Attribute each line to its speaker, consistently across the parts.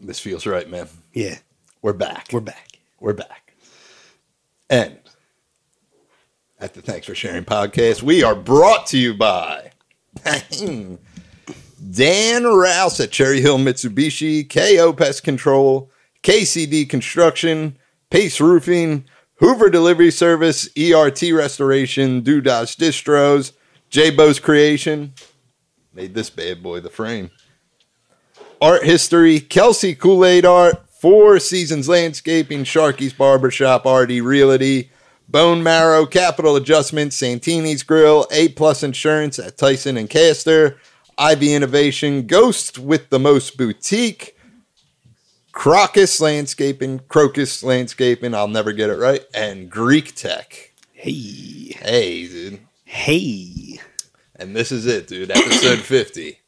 Speaker 1: This feels right, man.
Speaker 2: Yeah,
Speaker 1: We're back.
Speaker 2: we're back.
Speaker 1: We're back. And at the Thanks for Sharing podcast, we are brought to you by Dan Rouse at Cherry Hill Mitsubishi, KO Pest Control, KCD Construction, Pace Roofing, Hoover Delivery Service, ERT Restoration, Dudas Distros, J Bo's Creation. Made this bad boy the frame. Art History, Kelsey Kool Aid Art, Four Seasons Landscaping, Sharky's Barbershop, RD Realty, Bone Marrow, Capital Adjustment, Santini's Grill, A Plus Insurance at Tyson and Castor, Ivy Innovation, Ghost with the Most Boutique, Crocus Landscaping, Crocus Landscaping, I'll never get it right, and Greek Tech.
Speaker 2: Hey,
Speaker 1: Hey, dude.
Speaker 2: hey,
Speaker 1: And this is it, dude. Episode 50.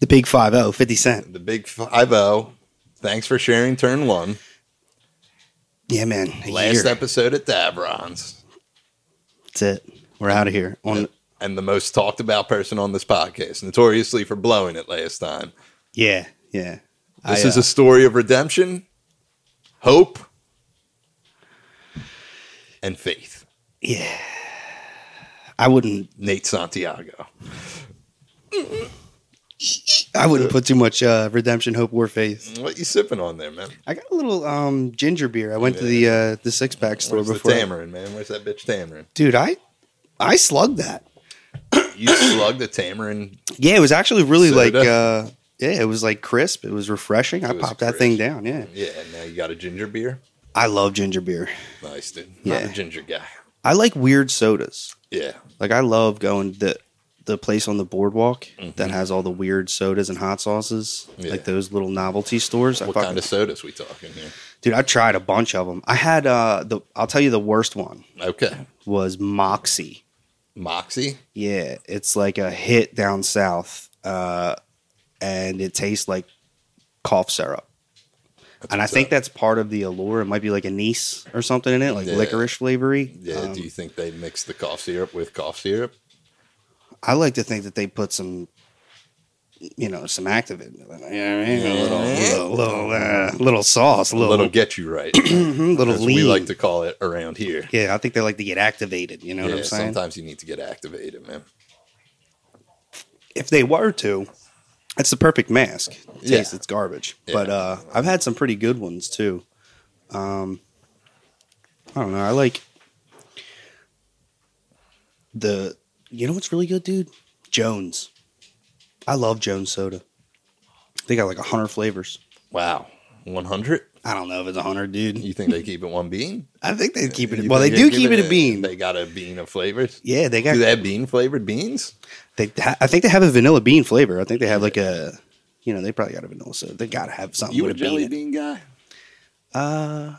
Speaker 2: the big five zero, fifty cent.
Speaker 1: The big 5 0. Thanks for sharing turn one.
Speaker 2: Yeah, man. a
Speaker 1: Last
Speaker 2: year.
Speaker 1: episode at Davrons
Speaker 2: That's it. We're out of here. On yeah.
Speaker 1: and the most talked about person on this podcast, notoriously for blowing it last time.
Speaker 2: yeah, yeah. uh,
Speaker 1: This is a story of redemption, hope, and faith.
Speaker 2: yeah. I wouldn't.
Speaker 1: Nate Santiago.
Speaker 2: I wouldn't put too much uh, redemption, hope, or faith.
Speaker 1: What you sipping on there, man?
Speaker 2: I got a little um, ginger beer. I went to the uh, the six pack store
Speaker 1: Where's the
Speaker 2: before.
Speaker 1: tamarind, man? Where's that bitch tamarind?
Speaker 2: Dude, I I slugged that.
Speaker 1: You slugged the tamarind.
Speaker 2: Yeah, it was actually really
Speaker 1: Soda.
Speaker 2: like. Uh, yeah, it was like crisp. It was refreshing. I
Speaker 1: was
Speaker 2: popped that thing
Speaker 1: crisp.
Speaker 2: down. Yeah,
Speaker 1: Yeah, and now you got a ginger beer.
Speaker 2: I love ginger beer.
Speaker 1: Nice, dude. Not
Speaker 2: Yeah.
Speaker 1: a ginger guy.
Speaker 2: I like weird sodas.
Speaker 1: Yeah.
Speaker 2: Like I love going to the the place on the boardwalk that has all the weird sodas and hot sauces,
Speaker 1: Mm-hmm. Yeah.
Speaker 2: like those little novelty stores. I
Speaker 1: What
Speaker 2: fucking,
Speaker 1: kind of sodas we talking here?
Speaker 2: dude, I tried a bunch of them. I had uh the I'll tell you the worst one
Speaker 1: Okay.
Speaker 2: was Moxie.
Speaker 1: Moxie.
Speaker 2: Yeah, it's like a hit down south, uh, and it tastes like cough syrup. and I
Speaker 1: what's
Speaker 2: think
Speaker 1: up.
Speaker 2: that's part of the allure. It might be like anise or something in it, like
Speaker 1: Yeah.
Speaker 2: licorice flavory.
Speaker 1: Yeah.
Speaker 2: Um,
Speaker 1: do you think they mixed the cough syrup with cough syrup?
Speaker 2: I like to think that they put some, you know, some active in it. Yeah, I mean, a little, little, little, uh, little sauce,
Speaker 1: A
Speaker 2: a little,
Speaker 1: Mm-hmm. little
Speaker 2: little,
Speaker 1: get you right.
Speaker 2: little
Speaker 1: as we
Speaker 2: lean.
Speaker 1: like to call it around here.
Speaker 2: yeah, I think they like to get activated. You know what
Speaker 1: Yeah,
Speaker 2: I'm saying?
Speaker 1: sometimes you need to get activated, man.
Speaker 2: If they were to, it's the perfect mask. It
Speaker 1: Yeah.
Speaker 2: tastes it's garbage,
Speaker 1: Yeah.
Speaker 2: but uh, I've had some pretty good ones too. Um, I don't know. I like the. You know what's really good, dude? Jones. I love Jones soda. They got like hundred flavors.
Speaker 1: Wow. 100?
Speaker 2: I don't know if it's a hundred, dude.
Speaker 1: You think they keep it one bean?
Speaker 2: I think they keep it.
Speaker 1: You
Speaker 2: Well, they
Speaker 1: think
Speaker 2: do keep it a bean.
Speaker 1: They got a bean of flavors.
Speaker 2: Yeah, they
Speaker 1: Do
Speaker 2: got.
Speaker 1: they have bean flavored beans?
Speaker 2: They, ha- I think they have a vanilla bean flavor. I think they have like a, you know, they probably got a vanilla. So they gotta have something
Speaker 1: You a
Speaker 2: with a bean.
Speaker 1: jelly
Speaker 2: in it.
Speaker 1: bean guy?
Speaker 2: Uh,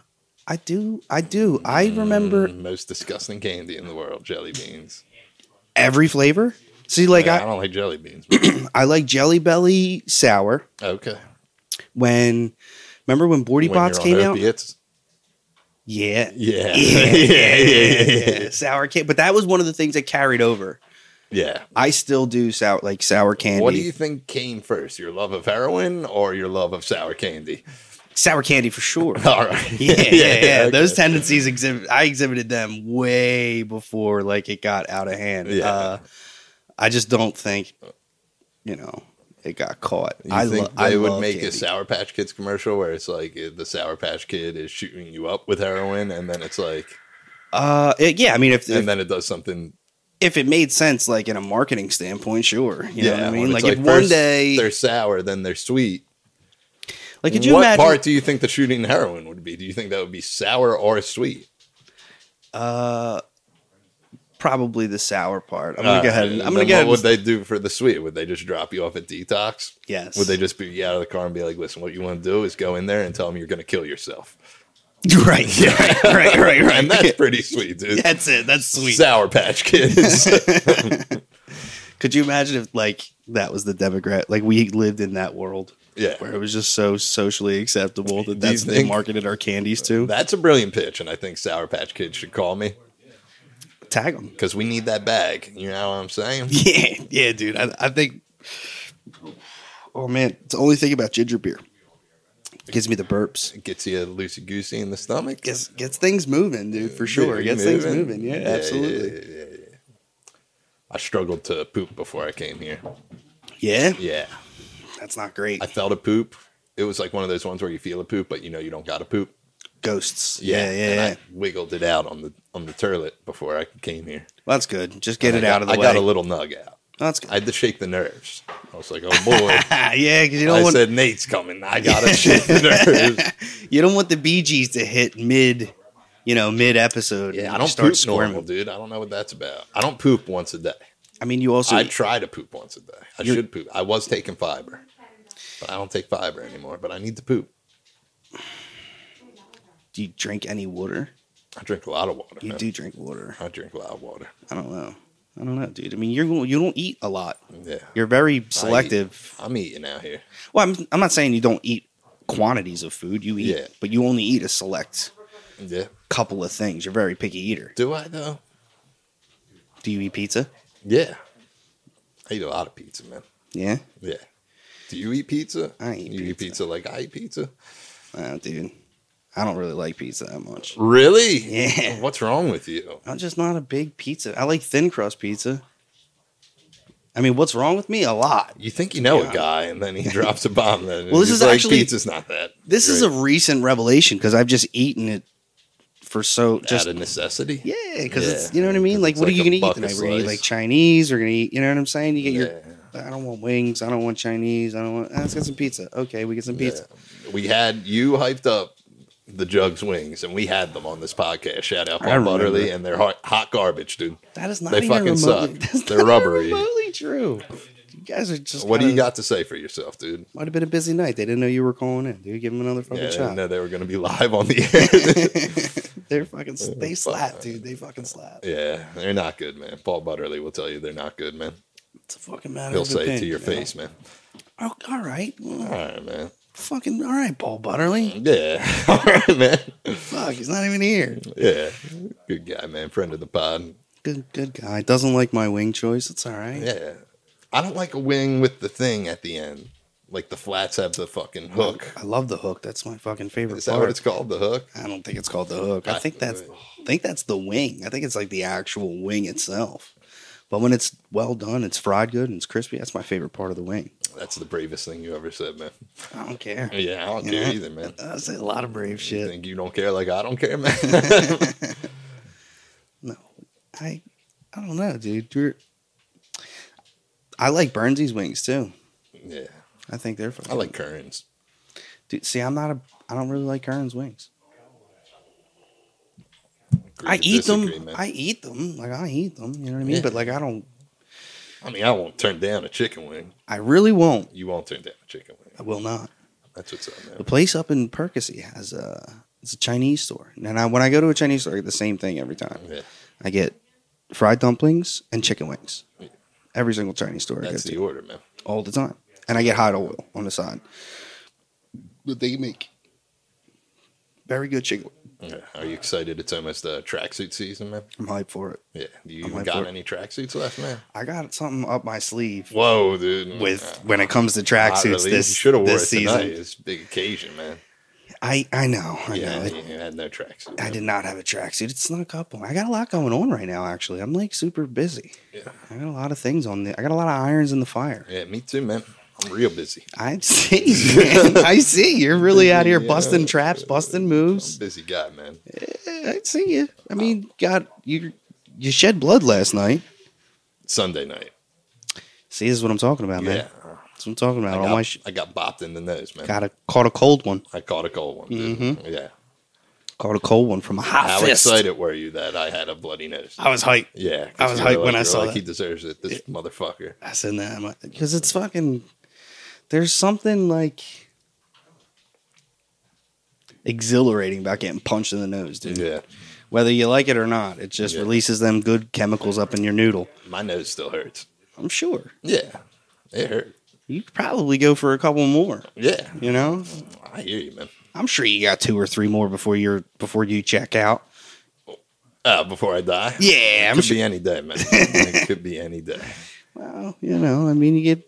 Speaker 2: I do. I do. I remember
Speaker 1: Mm, most disgusting candy in the world, jelly beans.
Speaker 2: every flavor. See, like
Speaker 1: Yeah, I don't like jelly beans. but-
Speaker 2: I, I like Jelly Belly sour.
Speaker 1: okay.
Speaker 2: When remember when Bordy Bots came out?
Speaker 1: opiates?
Speaker 2: Yeah.
Speaker 1: Yeah.
Speaker 2: Yeah,
Speaker 1: yeah, yeah, yeah, yeah.
Speaker 2: yeah, sour candy, but that was one of the things that carried over.
Speaker 1: Yeah.
Speaker 2: I still do sour like sour candy.
Speaker 1: What do you think came first, your love of heroin or your love of sour candy?
Speaker 2: sour candy for sure?
Speaker 1: All right.
Speaker 2: yeah, yeah, yeah.
Speaker 1: okay.
Speaker 2: Those tendencies exhibit. I exhibited them way before like it got out of hand.
Speaker 1: Yeah.
Speaker 2: Uh, I just don't think, you know, it got caught.
Speaker 1: You
Speaker 2: I
Speaker 1: think
Speaker 2: lo-
Speaker 1: they
Speaker 2: I
Speaker 1: would
Speaker 2: love
Speaker 1: make a
Speaker 2: candy.
Speaker 1: Sour Patch Kids commercial where it's like uh, the Sour Patch Kid is shooting you up with heroin, and then it's like,
Speaker 2: Uh, it- yeah. I mean, if if,
Speaker 1: and then it does something.
Speaker 2: if it made sense, like in a marketing standpoint, sure. You know what I
Speaker 1: when
Speaker 2: mean?
Speaker 1: it's
Speaker 2: Like, if one
Speaker 1: first
Speaker 2: day,
Speaker 1: they're sour, then they're sweet.
Speaker 2: like, could you
Speaker 1: what
Speaker 2: imagine?
Speaker 1: part do you think the shooting heroin would be? Do you think that would be sour or sweet?
Speaker 2: uh, probably the sour part. I'm
Speaker 1: Uh,
Speaker 2: gonna go ahead. And,
Speaker 1: and
Speaker 2: I'm gonna
Speaker 1: then
Speaker 2: go ahead.
Speaker 1: What would
Speaker 2: and-
Speaker 1: they do for the sweet? Would they just drop you off at detox?
Speaker 2: Yes.
Speaker 1: Would they just be out of the car and be like, "Listen, what you want to do is go in there and tell them you're going to kill yourself,"
Speaker 2: Right. Right. Right. Right. Right.
Speaker 1: and that's pretty sweet, dude.
Speaker 2: that's it. That's sweet.
Speaker 1: Sour Patch Kids.
Speaker 2: Could you imagine if like that was the Democrat? Like we lived in that world
Speaker 1: yeah.
Speaker 2: where it was just so socially acceptable that
Speaker 1: Do you
Speaker 2: that's what they
Speaker 1: think-
Speaker 2: marketed our candies to.
Speaker 1: That's a brilliant pitch, and I think Sour Patch Kids should call me
Speaker 2: Tag them.
Speaker 1: because we need that bag. You know what I'm saying?
Speaker 2: Yeah, yeah, dude. I, I think. Oh man, it's the only thing about ginger beer. Gives me the burps.
Speaker 1: It gets you loosey goosey in the stomach.
Speaker 2: Gets gets things moving, dude, for sure.
Speaker 1: Yeah,
Speaker 2: gets things moving. Yeah,
Speaker 1: yeah,
Speaker 2: absolutely. Yeah.
Speaker 1: yeah, yeah, yeah. I struggled to poop before I came here. Yeah.
Speaker 2: That's not great.
Speaker 1: I felt a poop. It was like one of those ones where you feel a poop, but you know you don't got to poop.
Speaker 2: Ghosts. Yeah, yeah,
Speaker 1: And
Speaker 2: yeah.
Speaker 1: I wiggled it out on the on the toilet before I came here.
Speaker 2: well, that's good. Just get
Speaker 1: I
Speaker 2: it
Speaker 1: got-
Speaker 2: out of the
Speaker 1: I
Speaker 2: way.
Speaker 1: got a little nug out.
Speaker 2: that's good.
Speaker 1: I had to shake the nerves. I was like, oh boy.
Speaker 2: Ah, yeah, because you don't
Speaker 1: I
Speaker 2: want
Speaker 1: said Nate's coming. I gotta shake the nerves.
Speaker 2: you don't want the BGs to hit mid, you know, mid episode.
Speaker 1: Yeah, I don't poop normal, dude. I don't know what that's about. I don't poop once a day.
Speaker 2: I mean, you also
Speaker 1: I try to poop once a day. I
Speaker 2: You're-
Speaker 1: should poop. I was taking fiber, but I don't take fiber anymore. But I need to poop.
Speaker 2: do you drink any water?
Speaker 1: I drink a lot of water.
Speaker 2: You
Speaker 1: man.
Speaker 2: do drink water.
Speaker 1: I drink a lot of water.
Speaker 2: I don't know. I don't know, dude. I mean, you're you don't eat a lot.
Speaker 1: Yeah,
Speaker 2: You're very selective.
Speaker 1: I'm eating out here.
Speaker 2: Well, I'm I'm not saying you don't eat quantities of food. You eat,
Speaker 1: Yeah.
Speaker 2: but you only eat a select
Speaker 1: Yeah.
Speaker 2: couple of things. You're a very picky eater.
Speaker 1: Do I though?
Speaker 2: Do you eat pizza?
Speaker 1: Yeah. I eat a lot of pizza, man.
Speaker 2: Yeah.
Speaker 1: Yeah. Do you eat pizza?
Speaker 2: I eat
Speaker 1: you eat pizza like I eat pizza.
Speaker 2: Oh, dude. I don't really like pizza that much.
Speaker 1: Really?
Speaker 2: Yeah.
Speaker 1: What's wrong with you?
Speaker 2: I'm just not a big pizza. I like thin crust pizza. I mean, what's wrong with me? A lot.
Speaker 1: You think you know
Speaker 2: Yeah.
Speaker 1: a guy, and then he drops a bomb. Then
Speaker 2: Well, this
Speaker 1: he's
Speaker 2: is
Speaker 1: like,
Speaker 2: actually-
Speaker 1: pizza's not that.
Speaker 2: This is a recent revelation because I've just eaten it for so
Speaker 1: just
Speaker 2: just
Speaker 1: out of necessity.
Speaker 2: yeah. Because it's
Speaker 1: Yeah.
Speaker 2: you know what I mean.
Speaker 1: 'Cause
Speaker 2: Like,
Speaker 1: it's
Speaker 2: what
Speaker 1: like
Speaker 2: are you
Speaker 1: a
Speaker 2: gonna eat
Speaker 1: bucket
Speaker 2: tonight? We're gonna eat
Speaker 1: slice.
Speaker 2: like Chinese. We're gonna eat. You know what I'm saying? You get your.
Speaker 1: Yeah.
Speaker 2: I don't want wings. I don't want Chinese. I don't want. ah, let's get some pizza. Okay, we get some pizza.
Speaker 1: We had you hyped up the Jugs wings, and we had them on this podcast. Shout out
Speaker 2: I
Speaker 1: Bob
Speaker 2: remember.
Speaker 1: Butterly, and they're hot, hot garbage, dude.
Speaker 2: That is not
Speaker 1: They
Speaker 2: even
Speaker 1: fucking
Speaker 2: remotely,
Speaker 1: suck.
Speaker 2: that's
Speaker 1: They're
Speaker 2: not
Speaker 1: rubbery.
Speaker 2: Remotely true. You guys are just.
Speaker 1: What do you
Speaker 2: kinda-
Speaker 1: got to say for yourself, dude?
Speaker 2: Might have been a busy night. They didn't know you were calling in. Dude, give them another fucking
Speaker 1: Yeah, I
Speaker 2: shot.
Speaker 1: didn't know they were going to be live on the
Speaker 2: They're fucking.
Speaker 1: Oh,
Speaker 2: They slap, dude. They fucking slap.
Speaker 1: air. yeah, they're not good, man. Paul Butterly will tell you they're not good, man.
Speaker 2: It's a fucking matter.
Speaker 1: He'll
Speaker 2: of
Speaker 1: say it to
Speaker 2: opinion,
Speaker 1: your
Speaker 2: you know?
Speaker 1: face, man.
Speaker 2: Oh, all right. Well,
Speaker 1: All right, man.
Speaker 2: Fucking all right, Paul Butterly.
Speaker 1: Yeah, all right, man.
Speaker 2: Fuck, he's not even here.
Speaker 1: Yeah, good guy, man. Friend of the pod.
Speaker 2: Good, good guy. Doesn't like my wing choice. It's all right.
Speaker 1: Yeah, I don't like a wing with the thing at the end. Like the flats have the fucking hook.
Speaker 2: I love the hook. That's my fucking favorite
Speaker 1: Is that
Speaker 2: part.
Speaker 1: what it's Ah, called? The hook?
Speaker 2: I don't think it's called the hook. I
Speaker 1: I-
Speaker 2: think that's I think that's the wing. I think it's like the actual wing itself. But when it's well done, it's fried good and it's crispy. That's my favorite part of the wing.
Speaker 1: That's the bravest thing you ever said, man.
Speaker 2: I don't care.
Speaker 1: Yeah, I don't
Speaker 2: You
Speaker 1: care
Speaker 2: know?
Speaker 1: either, man.
Speaker 2: I say a lot of brave
Speaker 1: You
Speaker 2: shit.
Speaker 1: think you don't care like I don't care, man?
Speaker 2: No, I I don't know, dude. You're, I like Burnsy's wings too.
Speaker 1: yeah,
Speaker 2: I think they're. Fucking,
Speaker 1: I like Curran's.
Speaker 2: Dude, see, I'm not a. I don't really like Kern's wings. I eat them. I eat them. Like I eat them. You know what I mean?
Speaker 1: Yeah.
Speaker 2: But like I don't.
Speaker 1: I mean, I won't turn down a chicken wing.
Speaker 2: I really won't.
Speaker 1: You won't turn down a chicken
Speaker 2: I
Speaker 1: wing.
Speaker 2: will not.
Speaker 1: That's what's up,
Speaker 2: The
Speaker 1: man.
Speaker 2: place up in Percy has a. It's a Chinese store, and I, when I go to a Chinese store, I get the same thing every time.
Speaker 1: Yeah,
Speaker 2: I get fried dumplings and chicken wings. Every single Chinese store I go
Speaker 1: that's
Speaker 2: to.
Speaker 1: the order, man.
Speaker 2: all the time. And I get hot oil on the side. But they make very good chicken.
Speaker 1: Yeah. Are you excited? It's almost uh, tracksuit season, man.
Speaker 2: I'm hyped for it.
Speaker 1: Yeah. Do you
Speaker 2: I'm
Speaker 1: even
Speaker 2: hyped
Speaker 1: got
Speaker 2: for it.
Speaker 1: any tracksuits left, man?
Speaker 2: I got something up my sleeve
Speaker 1: Whoa, dude.
Speaker 2: with
Speaker 1: Uh,
Speaker 2: when it comes to
Speaker 1: hot
Speaker 2: tracksuits
Speaker 1: release.
Speaker 2: this,
Speaker 1: you should have wore
Speaker 2: this
Speaker 1: it tonight.
Speaker 2: season.
Speaker 1: It's a big occasion, man.
Speaker 2: I, I know. I
Speaker 1: yeah,
Speaker 2: know.
Speaker 1: you had no tracksuit.
Speaker 2: I
Speaker 1: man.
Speaker 2: did not have a tracksuit. It snuck up on I got a lot going on right now, actually. I'm like super busy.
Speaker 1: Yeah.
Speaker 2: I got a lot of things on the I got a lot of irons in the fire.
Speaker 1: Yeah, me too, man. I'm real busy.
Speaker 2: I see, man. I see. You're really out here
Speaker 1: Yeah.
Speaker 2: busting traps, busting moves.
Speaker 1: I'm a busy guy, man.
Speaker 2: Eh, I see you. I mean, God, you you shed blood last night.
Speaker 1: Sunday night.
Speaker 2: See, this is what I'm talking about, man.
Speaker 1: yeah.
Speaker 2: That's what I'm talking
Speaker 1: I
Speaker 2: about. All my
Speaker 1: got,
Speaker 2: sh-
Speaker 1: I got bopped in the nose, man.
Speaker 2: got Mm-hmm. a caught a cold one.
Speaker 1: I caught a cold one. dude. Yeah.
Speaker 2: Caught a cold one from a hot
Speaker 1: How
Speaker 2: fist.
Speaker 1: excited were you that I had a bloody nose?
Speaker 2: I was hyped.
Speaker 1: Yeah. 'cause
Speaker 2: I was
Speaker 1: you were
Speaker 2: hyped when
Speaker 1: you
Speaker 2: I
Speaker 1: were
Speaker 2: saw
Speaker 1: like,
Speaker 2: that.
Speaker 1: He deserves it, this motherfucker.
Speaker 2: I said that because it's fucking. There's something like exhilarating about getting punched in the nose, dude.
Speaker 1: Yeah.
Speaker 2: Whether you like it or not, it just
Speaker 1: Yeah.
Speaker 2: releases them good chemicals up in your noodle.
Speaker 1: My nose still hurts.
Speaker 2: I'm sure
Speaker 1: Yeah. It hurt.
Speaker 2: you could probably go for a couple more.
Speaker 1: Yeah.
Speaker 2: You know,
Speaker 1: I hear you, man.
Speaker 2: I'm sure you got two or three more before you're before you check out.
Speaker 1: Uh, before I die.
Speaker 2: Yeah,
Speaker 1: It
Speaker 2: I'm
Speaker 1: could
Speaker 2: sure.
Speaker 1: be any day, man. it could be any day.
Speaker 2: Well, you know, I mean, you get.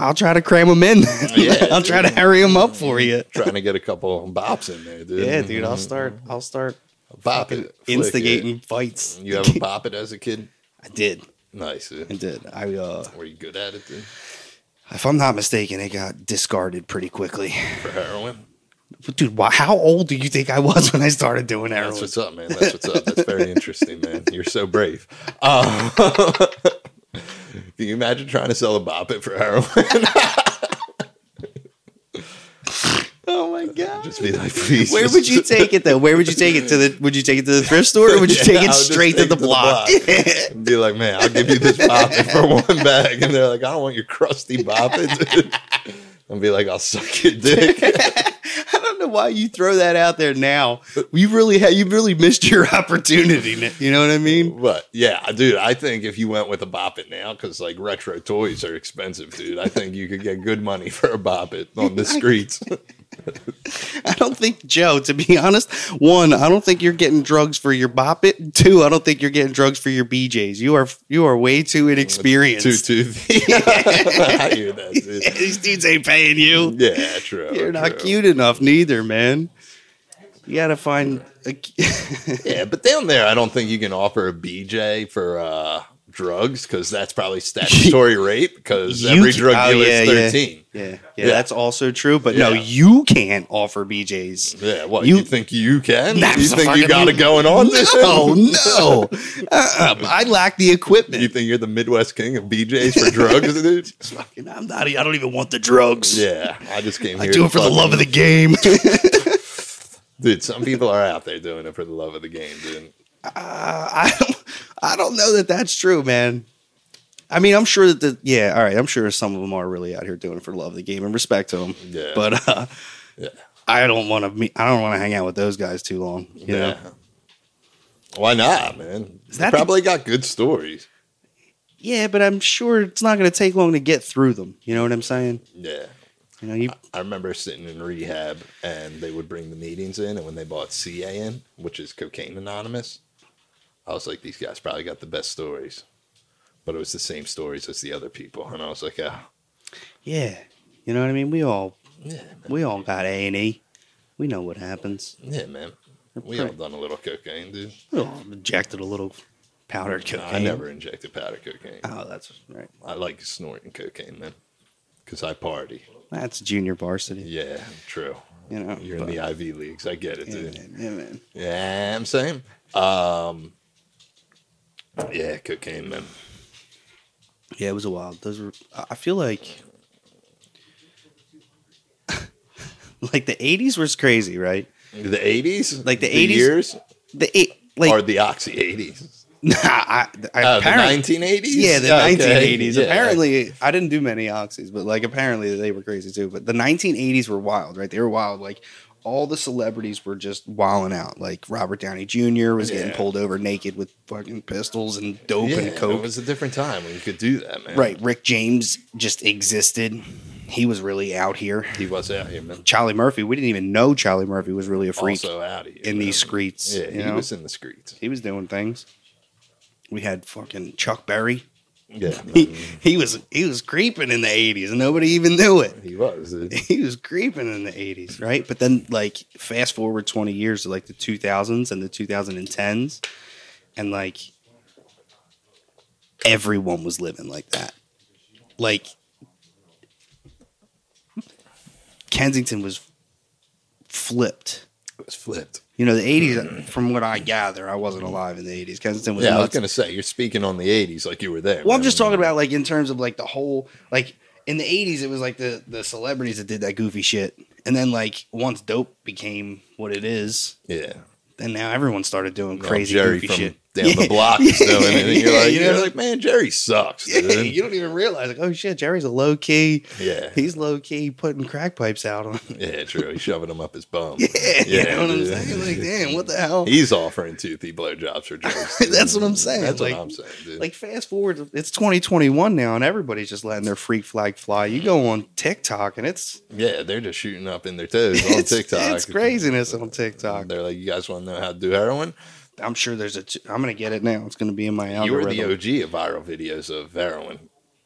Speaker 2: I'll try to cram them in.
Speaker 1: Yeah.
Speaker 2: I'll try to hurry them up for you.
Speaker 1: Trying to get a couple bops in there, dude.
Speaker 2: Yeah, dude. I'll start. I'll start
Speaker 1: Bop it. flick
Speaker 2: instigating fights.
Speaker 1: it. You ever bop it as a kid?
Speaker 2: I did.
Speaker 1: Nice.
Speaker 2: I did. I uh,
Speaker 1: Were you good at it dude?
Speaker 2: if I'm not mistaken, it got discarded pretty quickly.
Speaker 1: for heroin?
Speaker 2: But dude, why, how old do you think I was when I started doing
Speaker 1: That's
Speaker 2: heroin?
Speaker 1: what's up, man. That's what's up. That's very interesting, man. You're so brave. Um, can you imagine trying to sell a bop it for heroin?
Speaker 2: oh my god.
Speaker 1: Just be like, please.
Speaker 2: Where
Speaker 1: just-
Speaker 2: would you take it though? Where would you take it to the? Would you take it to the thrift store, or would you
Speaker 1: Yeah,
Speaker 2: take
Speaker 1: I'll
Speaker 2: it
Speaker 1: just
Speaker 2: straight
Speaker 1: take
Speaker 2: to the
Speaker 1: it
Speaker 2: block?
Speaker 1: block. Be like, man, I'll give you this bop it for one bag, and they're like, I don't want your crusty bop it. dude." And be like, I'll suck your dick.
Speaker 2: I don't know why you throw that out there now. You really have. You really missed your opportunity. Nick. You know what I mean?
Speaker 1: But yeah, dude, I think if you went with a bop it now, because like retro toys are expensive, dude. I think you could get good money for a bop it on the streets.
Speaker 2: I don't think Joe. To be honest, one, I don't think you're getting drugs for your bop it. Two, I don't think you're getting drugs for your BJ's. You are you are way
Speaker 1: Oh,
Speaker 2: too inexperienced.
Speaker 1: Two two. I hear that. Dude.
Speaker 2: These dudes ain't paying you.
Speaker 1: Yeah, true.
Speaker 2: You're not
Speaker 1: true.
Speaker 2: cute enough, neither, man. You gotta find. A,
Speaker 1: Yeah, but down there, I don't think you can offer a BJ for uh, drugs because that's probably statutory rape. Because
Speaker 2: You
Speaker 1: every
Speaker 2: ca-
Speaker 1: drug
Speaker 2: oh,
Speaker 1: dealer
Speaker 2: yeah,
Speaker 1: is
Speaker 2: yeah.
Speaker 1: thirteen.
Speaker 2: yeah, yeah,
Speaker 1: Yeah.
Speaker 2: that's also true. But no,
Speaker 1: Yeah.
Speaker 2: you can't offer BJ's.
Speaker 1: Yeah, what you,
Speaker 2: You-
Speaker 1: think you can?
Speaker 2: That's
Speaker 1: You
Speaker 2: a
Speaker 1: think you
Speaker 2: fucking-
Speaker 1: got it going on?
Speaker 2: No, no. Uh-uh. I lack the equipment.
Speaker 1: you think you're the Midwest king of BJs for drugs, dude?
Speaker 2: Fucking- I'm not. I don't even want the drugs.
Speaker 1: Yeah, I just came
Speaker 2: I
Speaker 1: here.
Speaker 2: do
Speaker 1: to
Speaker 2: it for the
Speaker 1: fucking-
Speaker 2: love of the game.
Speaker 1: dude. Some people are out there doing it for the love of the game, dude.
Speaker 2: Uh, I don't, I don't know that that's true, man. I mean, I'm sure that the yeah, all right. I'm sure some of them are really out here doing it for the love of the game and respect to them.
Speaker 1: Yeah.
Speaker 2: But uh,
Speaker 1: Yeah.
Speaker 2: I don't want to. I don't want to hang out with those guys too long. You know?
Speaker 1: Why not, man?
Speaker 2: Is
Speaker 1: They
Speaker 2: that the-
Speaker 1: probably got good stories.
Speaker 2: Yeah, but I'm sure it's not going to take long to get through them. You know what I'm saying?
Speaker 1: Yeah.
Speaker 2: You know, you
Speaker 1: I remember sitting in rehab and they would bring the meetings in. And when they bought CAN, which is Cocaine Anonymous, I was like, these guys probably got the best stories. But it was the same stories as the other people. And I was like, oh,
Speaker 2: yeah, you know what I mean. We all
Speaker 1: yeah,
Speaker 2: we all got A and E. We know what happens.
Speaker 1: yeah, man. We all done a little cocaine, dude.
Speaker 2: We all injected a little powdered cocaine.
Speaker 1: I never injected powder cocaine.
Speaker 2: Oh, that's right.
Speaker 1: I like snorting cocaine, man, because I party.
Speaker 2: That's junior varsity.
Speaker 1: Yeah, true.
Speaker 2: You know,
Speaker 1: You're in
Speaker 2: but-
Speaker 1: the IV leagues. I get it,
Speaker 2: Yeah,
Speaker 1: dude.
Speaker 2: man, yeah, man.
Speaker 1: Yeah, I'm saying. Um, yeah, cocaine, man.
Speaker 2: Yeah, it was a wild. Those were. I I feel like, like the '80s was crazy, right?
Speaker 1: The 80s?
Speaker 2: Like the 80s?
Speaker 1: years?
Speaker 2: The eight, like,
Speaker 1: or the Oxy 80s?
Speaker 2: nah, I, I
Speaker 1: Uh, the
Speaker 2: apparent-
Speaker 1: 1980s?
Speaker 2: Yeah, the
Speaker 1: Okay,
Speaker 2: 1980s.
Speaker 1: yeah.
Speaker 2: Apparently, I didn't do many oxys, but like apparently they were crazy too. But the 1980s were wild, right? They were wild. Like all the celebrities were just wilding out. Like Robert Downey Jr. was getting
Speaker 1: Yeah.
Speaker 2: pulled over naked with fucking pistols and dope
Speaker 1: Yeah,
Speaker 2: and coke.
Speaker 1: It was a different time when you could do that, man.
Speaker 2: right. Rick James just existed. He was really out here.
Speaker 1: He was out here, man.
Speaker 2: Charlie Murphy. We didn't even know Charlie Murphy was really a freak
Speaker 1: Also out here.
Speaker 2: in
Speaker 1: man.
Speaker 2: these streets.
Speaker 1: Yeah,
Speaker 2: you
Speaker 1: he
Speaker 2: know?
Speaker 1: was in the streets.
Speaker 2: he was doing things. We had fucking Chuck Berry.
Speaker 1: Yeah,
Speaker 2: He,
Speaker 1: man,
Speaker 2: he was he was creeping in the eighties and nobody even knew it.
Speaker 1: he was. dude.
Speaker 2: He was creeping in the eighties, right? But then like fast forward twenty years to like the two thousands and the two thousand and tens, and like everyone was living like that. Like Kensington was flipped.
Speaker 1: It was flipped.
Speaker 2: You know, the eighties from what I gather, I wasn't alive in the eighties. Kensington was
Speaker 1: Yeah, I was
Speaker 2: nuts.
Speaker 1: going to say, you're speaking on the 80s like you were there.
Speaker 2: Well, I'm
Speaker 1: man.
Speaker 2: just talking about like in terms of like the whole like in the '80s, it was like the the celebrities that did that goofy shit, and then like once dope became what it is,
Speaker 1: Yeah.
Speaker 2: then now everyone started doing crazy
Speaker 1: Jerry
Speaker 2: goofy
Speaker 1: from
Speaker 2: shit.
Speaker 1: down the block is doing it. And you're
Speaker 2: Yeah,
Speaker 1: like,
Speaker 2: you know,
Speaker 1: you're
Speaker 2: like-
Speaker 1: like, man, Jerry sucks.
Speaker 2: Yeah,
Speaker 1: dude."
Speaker 2: you don't even realize like, oh shit, Jerry's a low key.
Speaker 1: Yeah.
Speaker 2: He's low key putting crack pipes out on.
Speaker 1: Yeah, true. He's shoving him up his bum.
Speaker 2: Yeah, you know what I'm
Speaker 1: dude.
Speaker 2: saying? Like, damn, what the hell?
Speaker 1: He's offering toothy blowjobs for drugs. dude.
Speaker 2: That's what I'm saying.
Speaker 1: That's
Speaker 2: like,
Speaker 1: what I'm saying, dude.
Speaker 2: like fast forward, it's 2021 now, and everybody's just letting their freak flag fly. You go on TikTok, and it's
Speaker 1: yeah, they're just shooting up in their toes on
Speaker 2: it's,
Speaker 1: TikTok.
Speaker 2: it's craziness on TikTok.
Speaker 1: They're like, you guys want to know how to do heroin?
Speaker 2: I'm sure there's a. T- I'm gonna get it now. It's gonna be in my
Speaker 1: You were
Speaker 2: algorithm.
Speaker 1: the OG of viral videos of heroin.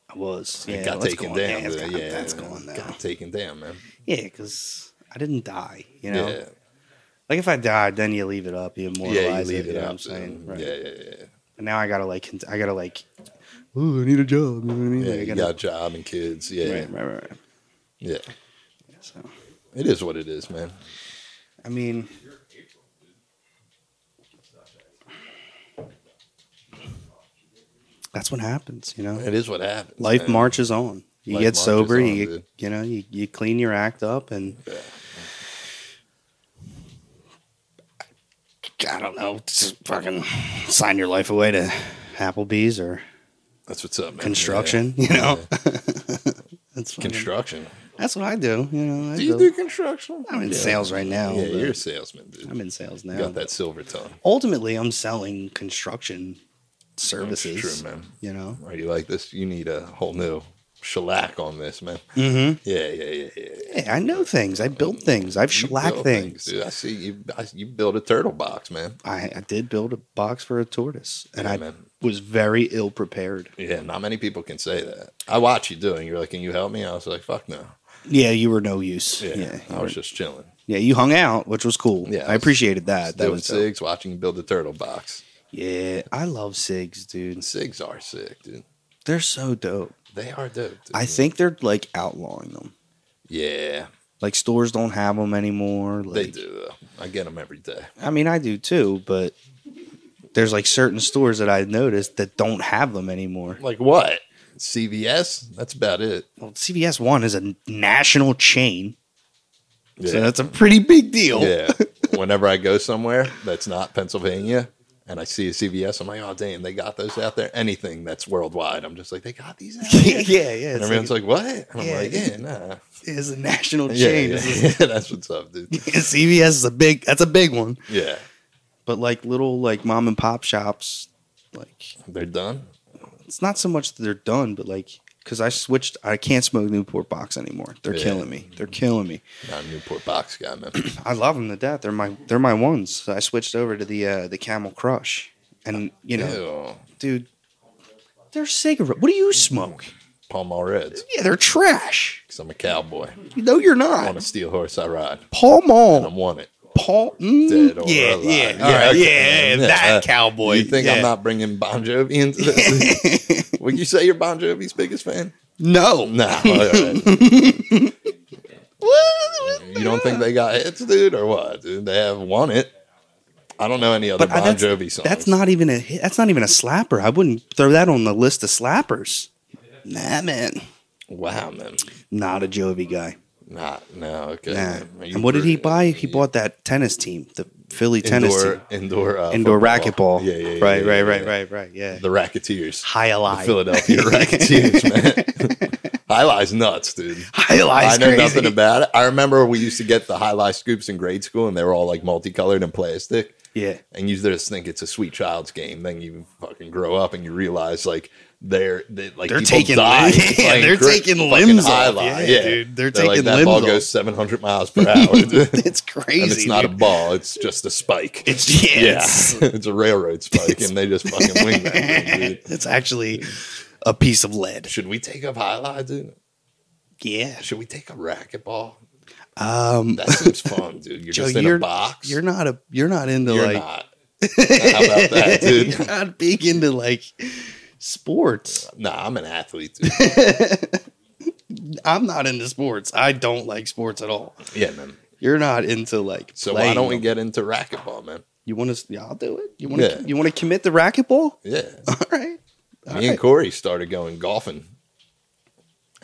Speaker 2: I was. Yeah,
Speaker 1: it got
Speaker 2: that's
Speaker 1: taken
Speaker 2: going-
Speaker 1: down.
Speaker 2: Yeah, it's
Speaker 1: but,
Speaker 2: got-
Speaker 1: yeah,
Speaker 2: that's going
Speaker 1: it
Speaker 2: down.
Speaker 1: Got taken down, man.
Speaker 2: Yeah, because I didn't die. You know,
Speaker 1: Yeah,
Speaker 2: like if I died, then you leave it up. You immortalize
Speaker 1: yeah, you leave it
Speaker 2: it. you know
Speaker 1: up.
Speaker 2: what I'm saying.
Speaker 1: and-
Speaker 2: Right.
Speaker 1: Yeah, yeah, yeah.
Speaker 2: And now I gotta like, cont- I gotta like, ooh, I need a job. You know what I mean?
Speaker 1: Yeah,
Speaker 2: Like, I
Speaker 1: you
Speaker 2: gotta-
Speaker 1: got a job and kids. Yeah,
Speaker 2: Right, right, right, right.
Speaker 1: yeah.
Speaker 2: So,
Speaker 1: It is what it is, man.
Speaker 2: I mean, that's what happens, you know.
Speaker 1: It is what happens.
Speaker 2: Life
Speaker 1: man.
Speaker 2: marches on. You
Speaker 1: Life
Speaker 2: get
Speaker 1: marches
Speaker 2: sober,
Speaker 1: on,
Speaker 2: you
Speaker 1: dude.
Speaker 2: you know, you, you clean your act up, and
Speaker 1: Yeah.
Speaker 2: I don't know, just fucking sign your life away to Applebee's or
Speaker 1: That's what's up, man.
Speaker 2: construction. You know, that's
Speaker 1: Yeah.
Speaker 2: fucking,
Speaker 1: Construction.
Speaker 2: That's what I do. You know, I
Speaker 1: Do you
Speaker 2: go-
Speaker 1: do construction?
Speaker 2: I'm in
Speaker 1: Yeah.
Speaker 2: sales right now.
Speaker 1: Yeah,
Speaker 2: but
Speaker 1: you're a salesman, dude.
Speaker 2: I'm in sales now.
Speaker 1: you got that silver tongue.
Speaker 2: Ultimately, I'm selling construction
Speaker 1: That's
Speaker 2: services.
Speaker 1: true, man.
Speaker 2: You know.
Speaker 1: Are you like this? You need a whole new shellac on this, man.
Speaker 2: Mm-hmm.
Speaker 1: Yeah, yeah, yeah, yeah. yeah.
Speaker 2: Hey, I know things. I built things. I've
Speaker 1: You
Speaker 2: shellac
Speaker 1: build
Speaker 2: things.
Speaker 1: dude. I see you. I, you build a turtle box, man.
Speaker 2: I, I did build a box for a tortoise, and
Speaker 1: Yeah,
Speaker 2: I
Speaker 1: man.
Speaker 2: was very ill prepared.
Speaker 1: Yeah, not many people can say that. I watch you doing. You're like, can you help me? I was like, fuck no.
Speaker 2: Yeah, you were no use.
Speaker 1: Yeah,
Speaker 2: Yeah, yeah, you,
Speaker 1: I
Speaker 2: were-
Speaker 1: was just chilling,
Speaker 2: yeah, you hung out, which was cool.
Speaker 1: Yeah,
Speaker 2: Yeah,
Speaker 1: I
Speaker 2: I
Speaker 1: was
Speaker 2: appreciated that. That
Speaker 1: doing
Speaker 2: was dope.
Speaker 1: sigs, watching you build the turtle box.
Speaker 2: yeah. I love SIGs, dude.
Speaker 1: Sigs are sick, dude.
Speaker 2: They're so dope.
Speaker 1: They are dope. Dude.
Speaker 2: I think they're like outlawing them.
Speaker 1: Yeah,
Speaker 2: Like stores don't have them anymore. Like,
Speaker 1: they do. Though. I get them every day.
Speaker 2: I mean, I do too, but there's like certain stores that I noticed that don't have them anymore.
Speaker 1: Like what? CVS. That's about it.
Speaker 2: Well, CVS One is a national chain, so
Speaker 1: Yeah.
Speaker 2: that's a pretty big deal.
Speaker 1: yeah. Whenever I go somewhere that's not Pennsylvania and I see a CVS, I'm like, oh damn, they got those out there. Anything that's worldwide, I'm just like, they got these out
Speaker 2: yeah,
Speaker 1: there.
Speaker 2: yeah.
Speaker 1: And
Speaker 2: It's,
Speaker 1: everyone's
Speaker 2: like,
Speaker 1: like, what? And I'm
Speaker 2: Yeah.
Speaker 1: like, yeah, nah.
Speaker 2: it's a national
Speaker 1: Yeah,
Speaker 2: chain.
Speaker 1: yeah,
Speaker 2: This is-
Speaker 1: yeah, that's what's up, dude.
Speaker 2: CVS is a big. That's a big one.
Speaker 1: Yeah,
Speaker 2: But like little like mom and pop shops, like
Speaker 1: they're done.
Speaker 2: it's not so much that they're done, but like because I switched, I can't smoke Newport Box anymore. They're
Speaker 1: Yeah.
Speaker 2: killing me. They're killing me.
Speaker 1: Not a Newport box guy, man.
Speaker 2: I love them to death. They're my they're my ones. So I switched over to the uh, the Camel Crush, and you know,
Speaker 1: Ew.
Speaker 2: dude, they're cigarette. What do you smoke?
Speaker 1: Palmar Reds,
Speaker 2: Yeah, they're trash.
Speaker 1: because I'm a cowboy.
Speaker 2: No, you're
Speaker 1: On a
Speaker 2: not.
Speaker 1: steel horse, I ride.
Speaker 2: Paul
Speaker 1: I
Speaker 2: Mall,
Speaker 1: want it.
Speaker 2: Paul. mm,
Speaker 1: Dead or
Speaker 2: yeah,
Speaker 1: alive.
Speaker 2: yeah,
Speaker 1: Yeah,
Speaker 2: all right,
Speaker 1: "Oh, okay.
Speaker 2: yeah,
Speaker 1: Yeah. Uh,
Speaker 2: That cowboy.
Speaker 1: You think
Speaker 2: yeah.
Speaker 1: I'm not bringing Bon Jovi into this? Would you say you're Bon Jovi's biggest fan?
Speaker 2: no.
Speaker 1: Nah. all right. You don't think they got hits, dude, or what? Dude, they have won it. I don't know any other
Speaker 2: But I-
Speaker 1: Bon
Speaker 2: that's,
Speaker 1: Jovi songs.
Speaker 2: that's not even a hit. That's not even a slapper. I wouldn't throw that on the list of slappers. Nah, man,
Speaker 1: wow, man.
Speaker 2: not a Jovi guy.
Speaker 1: Not no. Okay.
Speaker 2: Nah.
Speaker 1: man. You
Speaker 2: And what did he
Speaker 1: were-
Speaker 2: buy? He
Speaker 1: you-
Speaker 2: bought that tennis team, the Philly tennis team,
Speaker 1: indoor indoor uh,
Speaker 2: indoor
Speaker 1: football.
Speaker 2: racquetball.
Speaker 1: Yeah, yeah, yeah,
Speaker 2: right,
Speaker 1: yeah,
Speaker 2: right,
Speaker 1: yeah.
Speaker 2: right, right, right. Yeah,
Speaker 1: The Racketeers,
Speaker 2: high
Speaker 1: the
Speaker 2: alive.
Speaker 1: Philadelphia Racketeers, man. High Lie's nuts, dude.
Speaker 2: High
Speaker 1: I
Speaker 2: alive.
Speaker 1: know nothing about it. I remember we used to get the high lie scoops in grade school, and they were all like multicolored and plastic.
Speaker 2: Yeah,
Speaker 1: and you just think it's a sweet child's game. Then you fucking grow up and you realize like they're they, like
Speaker 2: They're
Speaker 1: people
Speaker 2: taking
Speaker 1: die
Speaker 2: lim-
Speaker 1: playing
Speaker 2: yeah, they're
Speaker 1: cri-
Speaker 2: taking
Speaker 1: fucking
Speaker 2: limbs
Speaker 1: high
Speaker 2: off.
Speaker 1: lie.
Speaker 2: Yeah, dude, they're
Speaker 1: like,
Speaker 2: taking
Speaker 1: that
Speaker 2: limbs
Speaker 1: ball
Speaker 2: off."
Speaker 1: goes 700 miles per hour, dude.
Speaker 2: it's crazy.
Speaker 1: and it's not
Speaker 2: dude.
Speaker 1: a ball; it's just a spike.
Speaker 2: It's yeah.
Speaker 1: yeah,
Speaker 2: It's,
Speaker 1: it's a railroad spike, and they just fucking wing that. Thing, dude.
Speaker 2: it's actually a piece of lead.
Speaker 1: Should we take up high lie, dude?
Speaker 2: Yeah.
Speaker 1: Should we take up racquetball?
Speaker 2: Um.
Speaker 1: That seems fun, dude. You're
Speaker 2: Joe,
Speaker 1: just in
Speaker 2: you're-
Speaker 1: a box.
Speaker 2: You're not a. You're not into
Speaker 1: You're
Speaker 2: like.
Speaker 1: not. How about that, dude?
Speaker 2: you're not big into like sports.
Speaker 1: Nah, I'm an athlete, dude.
Speaker 2: I'm not into sports. I don't like sports at all.
Speaker 1: Yeah, man.
Speaker 2: You're not into like.
Speaker 1: So why
Speaker 2: playing
Speaker 1: don't we
Speaker 2: them.
Speaker 1: get into racquetball, man?
Speaker 2: You want to? Yeah, I'll do it. You want to?
Speaker 1: Yeah.
Speaker 2: You want to commit the racquetball?
Speaker 1: Yeah.
Speaker 2: All right. All
Speaker 1: Me and
Speaker 2: right.
Speaker 1: Corey started going golfing.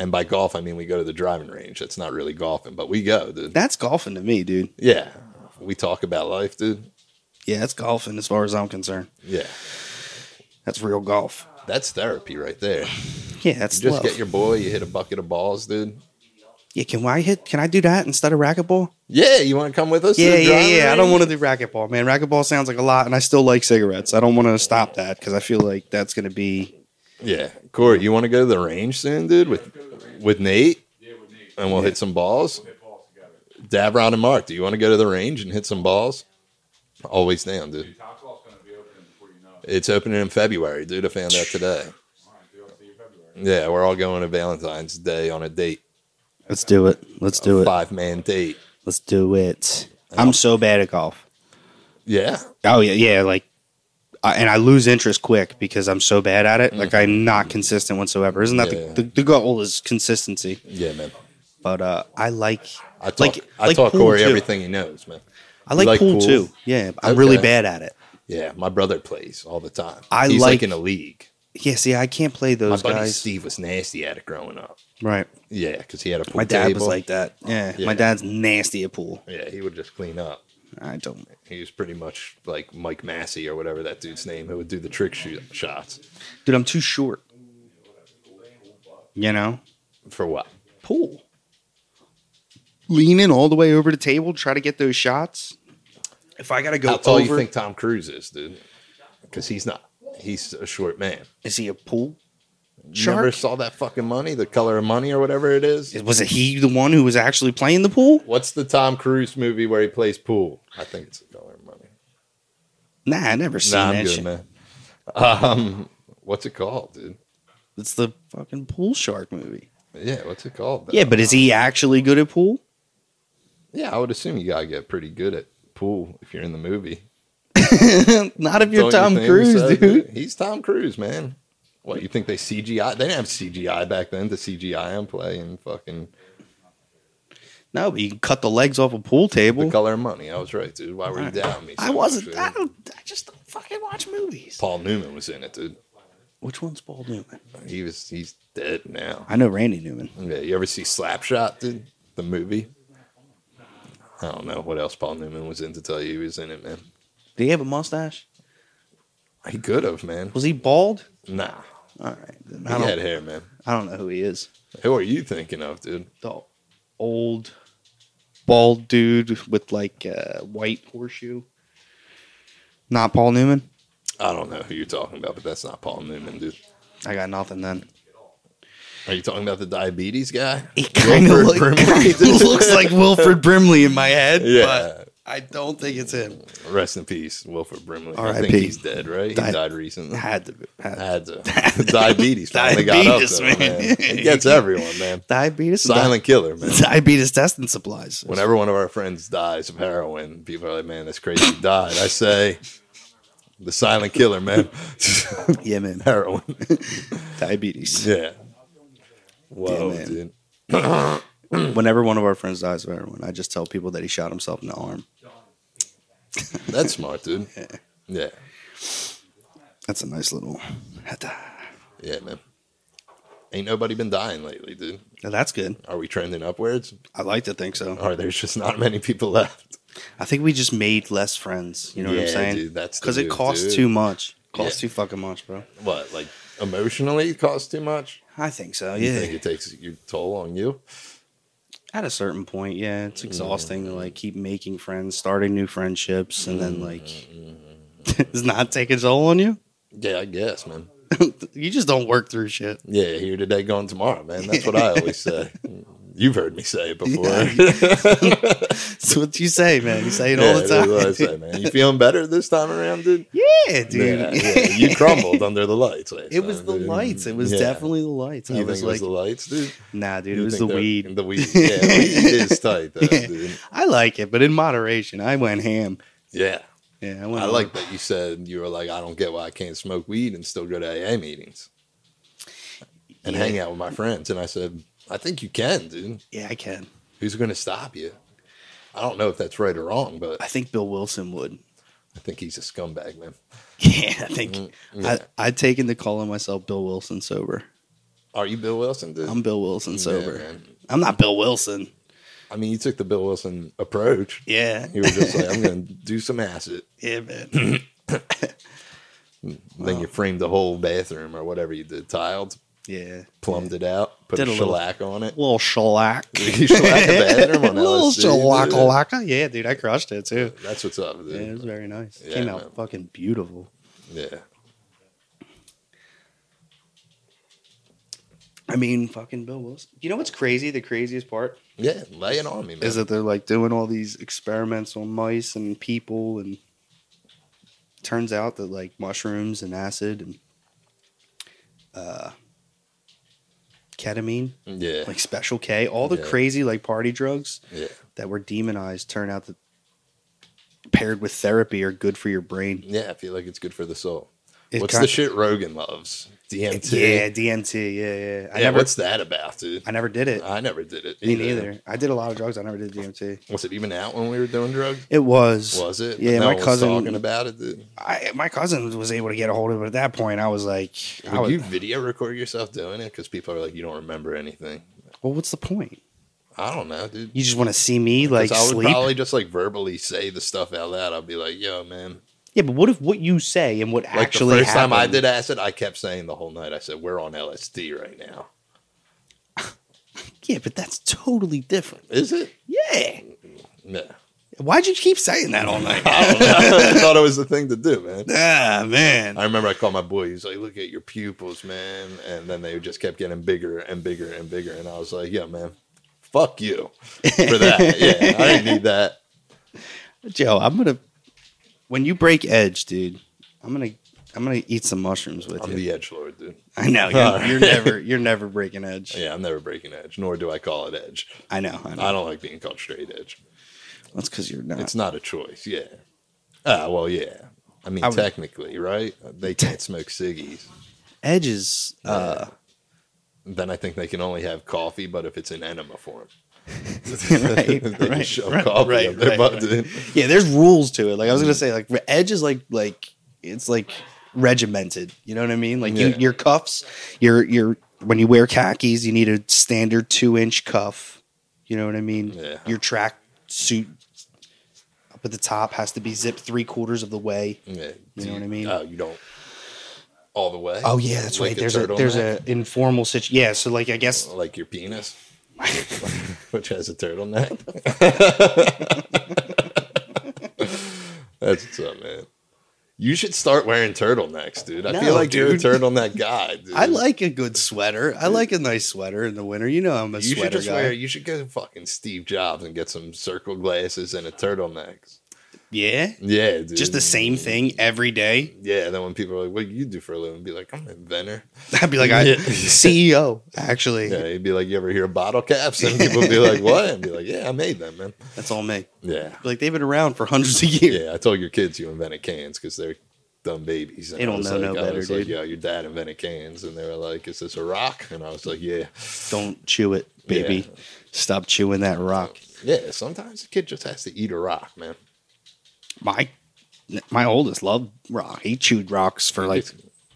Speaker 1: And by golf, I mean we go to the driving range. That's not really golfing, but we go, dude.
Speaker 2: That's golfing to me, dude.
Speaker 1: Yeah. We talk about life, dude.
Speaker 2: Yeah, it's golfing as far as I'm concerned.
Speaker 1: Yeah.
Speaker 2: That's real golf.
Speaker 1: That's therapy right there.
Speaker 2: Yeah, that's
Speaker 1: You just
Speaker 2: love.
Speaker 1: get your boy, you hit a bucket of balls, dude.
Speaker 2: yeah, can I hit? Can I do that instead of racquetball?
Speaker 1: Yeah, you want to come with us? to
Speaker 2: Yeah,
Speaker 1: the
Speaker 2: yeah,
Speaker 1: driving
Speaker 2: yeah. I don't
Speaker 1: range?
Speaker 2: want to do racquetball, man. Racquetball sounds like a lot, and I still like cigarettes. I don't want to stop that because I feel like that's going to be.
Speaker 1: Yeah. Corey, you want to go to the range soon, dude, with with Nate?
Speaker 3: Yeah, with Nate.
Speaker 1: And we'll hit some balls.
Speaker 3: Hit balls together.
Speaker 1: Davron and Mark, do you want to go to the range and hit some balls? Always down, dude.
Speaker 3: Dude, top golf's gonna be open before you know it.
Speaker 1: It's opening in February, dude. I found out today.
Speaker 3: All right, dude, I'll see you February.
Speaker 1: Yeah, we're all going to Valentine's Day on a date,
Speaker 2: Let's do it. Let's do it.
Speaker 1: five man date.
Speaker 2: Let's do it. I'm so bad at golf.
Speaker 1: Yeah.
Speaker 2: Oh yeah, yeah. Like, I, and I lose interest quick because I'm so bad at it. Like, I'm not consistent whatsoever. Isn't that
Speaker 1: Mm. Yeah.
Speaker 2: the, the the goal is consistency?
Speaker 1: Yeah, man.
Speaker 2: But uh, I like
Speaker 1: I talk,
Speaker 2: Like-
Speaker 1: I
Speaker 2: like
Speaker 1: taught
Speaker 2: pool,
Speaker 1: Corey
Speaker 2: too.
Speaker 1: everything he knows, man.
Speaker 2: I like,
Speaker 1: like
Speaker 2: pool,
Speaker 1: pool?
Speaker 2: too. Yeah, I'm really
Speaker 1: Okay.
Speaker 2: bad at it.
Speaker 1: Yeah, my brother plays all the time.
Speaker 2: I
Speaker 1: He's
Speaker 2: like-
Speaker 1: in a league.
Speaker 2: Yeah, see, I can't play
Speaker 1: My
Speaker 2: those
Speaker 1: buddy
Speaker 2: guys.
Speaker 1: Steve was nasty at it growing up.
Speaker 2: Right.
Speaker 1: Yeah, because he had a pool
Speaker 2: My dad was
Speaker 1: table.
Speaker 2: like that. Yeah,
Speaker 1: Yeah.
Speaker 2: my dad's nasty at pool.
Speaker 1: yeah, he would just clean up.
Speaker 2: I don't.
Speaker 1: He was pretty much like Mike Massey or whatever that dude's name who would do the trick shoot shots.
Speaker 2: Dude, I'm too short. You know,
Speaker 1: For what?
Speaker 2: pool. Leaning all the way over the table, try to get those shots. If I gotta go
Speaker 1: How tall
Speaker 2: over,
Speaker 1: you think Tom Cruise is, dude? Because he's not. He's a short man.
Speaker 2: is he a pool
Speaker 1: You Never
Speaker 2: shark?
Speaker 1: saw that fucking money, the color of money or whatever it is.
Speaker 2: Was it he the one who was actually playing the pool?
Speaker 1: What's the Tom Cruise movie where he plays pool? I think it's the color of money.
Speaker 2: Nah, I never seen
Speaker 1: Nah, I'm
Speaker 2: that
Speaker 1: good,
Speaker 2: shit.
Speaker 1: man. Um, what's it called, dude?
Speaker 2: It's the fucking pool shark movie.
Speaker 1: Yeah, what's it called?
Speaker 2: Yeah, but is he actually good at pool?
Speaker 1: yeah, I would assume you gotta get pretty good at pool if you're in the movie.
Speaker 2: Not if
Speaker 1: Don't you
Speaker 2: you're Tom
Speaker 1: think
Speaker 2: Cruise,
Speaker 1: so,
Speaker 2: dude.
Speaker 1: He's Tom Cruise, man. What you think they CGI? They didn't have CGI back then to CGI him playing fucking
Speaker 2: No, but you can cut the legs off a pool
Speaker 1: the
Speaker 2: table.
Speaker 1: color of money. I was right, dude. Why were you down me? so
Speaker 2: I
Speaker 1: much,
Speaker 2: wasn't.
Speaker 1: dude?
Speaker 2: I, don't, I just don't fucking watch movies.
Speaker 1: Paul Newman was in it, dude.
Speaker 2: Which one's Paul Newman?
Speaker 1: He was he's dead now.
Speaker 2: I know Randy Newman.
Speaker 1: Yeah, you ever see Slapshot, dude? The movie. I don't know what else Paul Newman was in to tell you he was in it, man.
Speaker 2: Did he have a mustache?
Speaker 1: He could have, man.
Speaker 2: Was he bald?
Speaker 1: Nah,
Speaker 2: All right. then
Speaker 1: he
Speaker 2: I don't,
Speaker 1: had hair, man.
Speaker 2: I don't know who he is.
Speaker 1: Who are you thinking of, dude?
Speaker 2: The old bald dude with like a white horseshoe. Not Paul Newman.
Speaker 1: I don't know who you're talking about, but that's not Paul Newman, dude.
Speaker 2: I got nothing then.
Speaker 1: Are you talking about the diabetes guy?
Speaker 2: He kind of
Speaker 1: Wilford
Speaker 2: look,
Speaker 1: Brimley, dude.
Speaker 2: looks like Wilfred Brimley in my head,
Speaker 1: Yeah.
Speaker 2: but I don't think it's him.
Speaker 1: Rest in peace, Wilford Brimley. I
Speaker 2: R.I.P..
Speaker 1: think he's dead, right? He
Speaker 2: Di-
Speaker 1: died recently.
Speaker 2: Had to be. Had
Speaker 1: Had to. diabetes finally
Speaker 2: Diabetes,
Speaker 1: got up, there,
Speaker 2: man.
Speaker 1: man. It gets everyone, man.
Speaker 2: diabetes. and
Speaker 1: Silent killer, man.
Speaker 2: di- diabetes testing supplies.
Speaker 1: Whenever one of our friends dies of heroin, people are like, "Man, that's crazy." He died. I say, the silent killer, man.
Speaker 2: Yeah, man.
Speaker 1: heroin.
Speaker 2: Diabetes.
Speaker 1: Yeah. Whoa,
Speaker 2: man.
Speaker 1: dude.
Speaker 2: Whenever one of our friends dies of heroin, I just tell people that he shot himself in the arm.
Speaker 1: That's smart, dude. Yeah.
Speaker 2: That's a nice little.
Speaker 1: Yeah, man. Ain't nobody been dying lately, dude.
Speaker 2: Now, that's good.
Speaker 1: Are we trending upwards?
Speaker 2: I like to think so.
Speaker 1: Or there's just not many people left?
Speaker 2: I think we just made less friends. You know what
Speaker 1: Yeah,
Speaker 2: I'm saying?
Speaker 1: dude, that's the
Speaker 2: because it
Speaker 1: move,
Speaker 2: costs
Speaker 1: dude.
Speaker 2: too much. Costs
Speaker 1: Yeah.
Speaker 2: too fucking much, bro.
Speaker 1: What, like emotionally it costs too much?
Speaker 2: I think so.
Speaker 1: You
Speaker 2: Oh, Yeah.
Speaker 1: think it takes your toll on you?
Speaker 2: At a certain point, yeah,
Speaker 1: Mm-hmm.
Speaker 2: it's exhausting to like keep making friends, starting new friendships, and then like
Speaker 1: Mm-hmm.
Speaker 2: it's not taking toll on you.
Speaker 1: Yeah, I guess, man.
Speaker 2: you just don't work through shit.
Speaker 1: Yeah, here today, gone tomorrow, man. That's what I always say. You've heard me say it before.
Speaker 2: Yeah, That's what you say, man. You say it all
Speaker 1: Yeah,
Speaker 2: the
Speaker 1: that's what I
Speaker 2: time.
Speaker 1: say, man. You feeling better this time around, dude?
Speaker 2: Yeah, dude.
Speaker 1: Yeah, yeah. You crumbled under the lights. last
Speaker 2: It was
Speaker 1: time,
Speaker 2: the
Speaker 1: dude.
Speaker 2: lights. It was
Speaker 1: Yeah.
Speaker 2: definitely the lights.
Speaker 1: You
Speaker 2: I
Speaker 1: think
Speaker 2: was
Speaker 1: it was
Speaker 2: like,
Speaker 1: the lights, dude?
Speaker 2: nah, dude, it
Speaker 1: You
Speaker 2: was the
Speaker 1: think that-
Speaker 2: weed.
Speaker 1: The weed. Yeah, weed is tight, though,
Speaker 2: Yeah.
Speaker 1: dude.
Speaker 2: I like it, but in moderation. I went ham.
Speaker 1: Yeah.
Speaker 2: Yeah, I went.
Speaker 1: I
Speaker 2: all-
Speaker 1: like that you said you were like, I don't get why I can't smoke weed and still go to AA meetings and
Speaker 2: Yeah.
Speaker 1: hang out with my friends. And I said, I think you can, dude.
Speaker 2: Yeah, I can.
Speaker 1: Who's going to stop you? I don't know if that's right or wrong, but
Speaker 2: I think Bill Wilson would.
Speaker 1: I think he's a scumbag, man.
Speaker 2: Yeah, I think
Speaker 1: Mm, yeah.
Speaker 2: I, I'd taken to calling myself Bill Wilson sober.
Speaker 1: Are you Bill Wilson, dude?
Speaker 2: I'm Bill Wilson
Speaker 1: Yeah,
Speaker 2: sober.
Speaker 1: man.
Speaker 2: I'm not Bill Wilson.
Speaker 1: I mean, you took the Bill Wilson approach.
Speaker 2: Yeah,
Speaker 1: You were just like, I'm going to do some acid.
Speaker 2: yeah, man.
Speaker 1: Then you framed the whole bathroom or whatever you did, tiled,
Speaker 2: Yeah,
Speaker 1: plumbed it out, put
Speaker 2: Did
Speaker 1: a
Speaker 2: a little-
Speaker 1: shellac on it.
Speaker 2: little shellac.
Speaker 1: You shellac the bathroom on
Speaker 2: little
Speaker 1: LSD, dude.
Speaker 2: shellac lacka. Yeah, dude, I crushed it too.
Speaker 1: That's what's up,
Speaker 2: Yeah, it was
Speaker 1: dude.
Speaker 2: very nice.
Speaker 1: Yeah,
Speaker 2: Came out
Speaker 1: man.
Speaker 2: fucking beautiful.
Speaker 1: Yeah.
Speaker 2: I mean, fucking Bill Wilson. You know what's crazy? The craziest part
Speaker 1: Yeah, laying on me, man.
Speaker 2: is that they're like doing all these experiments on mice and people, and turns out that like mushrooms and acid and uh, ketamine,
Speaker 1: Yeah.
Speaker 2: like special K, all the
Speaker 1: Yeah.
Speaker 2: crazy like party drugs
Speaker 1: yeah.
Speaker 2: that were demonized turn out that paired with therapy are good for your brain.
Speaker 1: Yeah. I feel like it's good for the soul.
Speaker 2: It
Speaker 1: what's
Speaker 2: kind-
Speaker 1: the shit Rogan loves? DMT.
Speaker 2: Yeah, DMT. Yeah, yeah. I
Speaker 1: Yeah,
Speaker 2: never,
Speaker 1: what's Uh, that about, dude?
Speaker 2: I never did it.
Speaker 1: I never did it.
Speaker 2: Me neither. I did a lot of drugs. I never did DMT.
Speaker 1: Was it even out when we were doing drugs?
Speaker 2: It was.
Speaker 1: Was it?
Speaker 2: Yeah,
Speaker 1: no
Speaker 2: my
Speaker 1: one was
Speaker 2: cousin-
Speaker 1: talking about it. Dude.
Speaker 2: I, my cousin was able to get a hold of it at that point. I was like, I
Speaker 1: Would
Speaker 2: was,
Speaker 1: you video record yourself doing it? Because people are like, you don't remember anything.
Speaker 2: well, what's the point?
Speaker 1: I don't know, dude.
Speaker 2: You just want to see me like
Speaker 1: 'Cause I would
Speaker 2: sleep?
Speaker 1: probably just like verbally say the stuff out loud. I'd be like, yo, man.
Speaker 2: yeah, but what if what you say and what
Speaker 1: Like
Speaker 2: actually
Speaker 1: the first
Speaker 2: happened?
Speaker 1: time I did acid, I kept saying the whole night, I said, we're on LSD right now.
Speaker 2: Yeah, but that's totally different.
Speaker 1: Is it?
Speaker 2: Yeah.
Speaker 1: No.
Speaker 2: Why'd you keep saying that all night?
Speaker 1: I don't know. I thought it was the thing to do, man.
Speaker 2: ah, man.
Speaker 1: I remember I called my boy. He's like, "Look at your pupils, man," and then they just kept getting bigger and bigger and bigger. And I was like, "Yeah, man, fuck you for that. yeah, I didn't need that.
Speaker 2: Joe, I'm gonna when you break edge, dude. I'm gonna I'm gonna eat some mushrooms with
Speaker 1: I'm
Speaker 2: you.
Speaker 1: the edge lord, dude.
Speaker 2: I know you're,
Speaker 1: All right.
Speaker 2: you're never you're never breaking edge.
Speaker 1: Yeah, I'm never breaking edge, nor do I call it edge.
Speaker 2: I know. I know.
Speaker 1: I don't like being called straight edge.
Speaker 2: That's because you're not.
Speaker 1: It's not a choice. Yeah. Ah, well, yeah. I mean,
Speaker 2: I would-
Speaker 1: technically, right? They can't smoke ciggies.
Speaker 2: edge is uh,
Speaker 1: Then I think they can only have coffee, but if it's in enema form,
Speaker 2: Right,
Speaker 1: They can
Speaker 2: right,
Speaker 1: shove
Speaker 2: right,
Speaker 1: coffee
Speaker 2: right,
Speaker 1: up their
Speaker 2: right,
Speaker 1: butt,
Speaker 2: right.
Speaker 1: dude.
Speaker 2: yeah. There's rules to it. Like I was gonna say, like re- edge is like like it's like regimented. You know what I mean? Like you,
Speaker 1: Yeah.
Speaker 2: your cuffs, your your when you wear khakis, you need a standard two inch cuff. You know what I mean?
Speaker 1: Yeah.
Speaker 2: Your track suit up at the top has to be zipped three quarters of the way.
Speaker 1: Yeah.
Speaker 2: You
Speaker 1: Do
Speaker 2: know what I mean?
Speaker 1: Oh, you don't all the way.
Speaker 2: Oh yeah, that's
Speaker 1: Like
Speaker 2: right. there's a
Speaker 1: turtleneck?
Speaker 2: there's a informal situation. Yeah, so like I guess
Speaker 1: like your penis, which has a turtleneck. that's what's up, man. You should start wearing turtlenecks, dude. I
Speaker 2: No,
Speaker 1: feel like
Speaker 2: dude.
Speaker 1: you're a turtleneck guy. Dude.
Speaker 2: I like a good sweater. I like a nice sweater in the winter. You know I'm a
Speaker 1: You should
Speaker 2: sweater
Speaker 1: just
Speaker 2: guy.
Speaker 1: wear. You should go fucking Steve Jobs and get some circle glasses and a turtleneck.
Speaker 2: yeah.
Speaker 1: Yeah, dude.
Speaker 2: Just the same thing every day.
Speaker 1: Yeah. Then when people are like, "What do you do for a living?" Be like, "I'm an inventor."
Speaker 2: I'd be like, I
Speaker 1: Yeah.
Speaker 2: CEO, actually.
Speaker 1: Yeah, he'd be like, "You ever hear of bottle caps?" And people would be like, "What?" And be like, "Yeah, I made them, man."
Speaker 2: That's all me.
Speaker 1: Yeah,
Speaker 2: Like they've been around for hundreds of years.
Speaker 1: yeah. I told your kids you invented cans because they're dumb babies. And
Speaker 2: They
Speaker 1: I
Speaker 2: don't
Speaker 1: was
Speaker 2: know
Speaker 1: like,
Speaker 2: no
Speaker 1: I
Speaker 2: better,
Speaker 1: was like,
Speaker 2: dude.
Speaker 1: Yeah, your dad invented cans, and they were like, "Is this a rock?" And I was like, "Yeah,
Speaker 2: Don't chew it, baby.
Speaker 1: Yeah.
Speaker 2: Stop chewing that rock.
Speaker 1: yeah." Sometimes a kid just has to eat a rock, man.
Speaker 2: My my oldest loved rock. He chewed rocks for like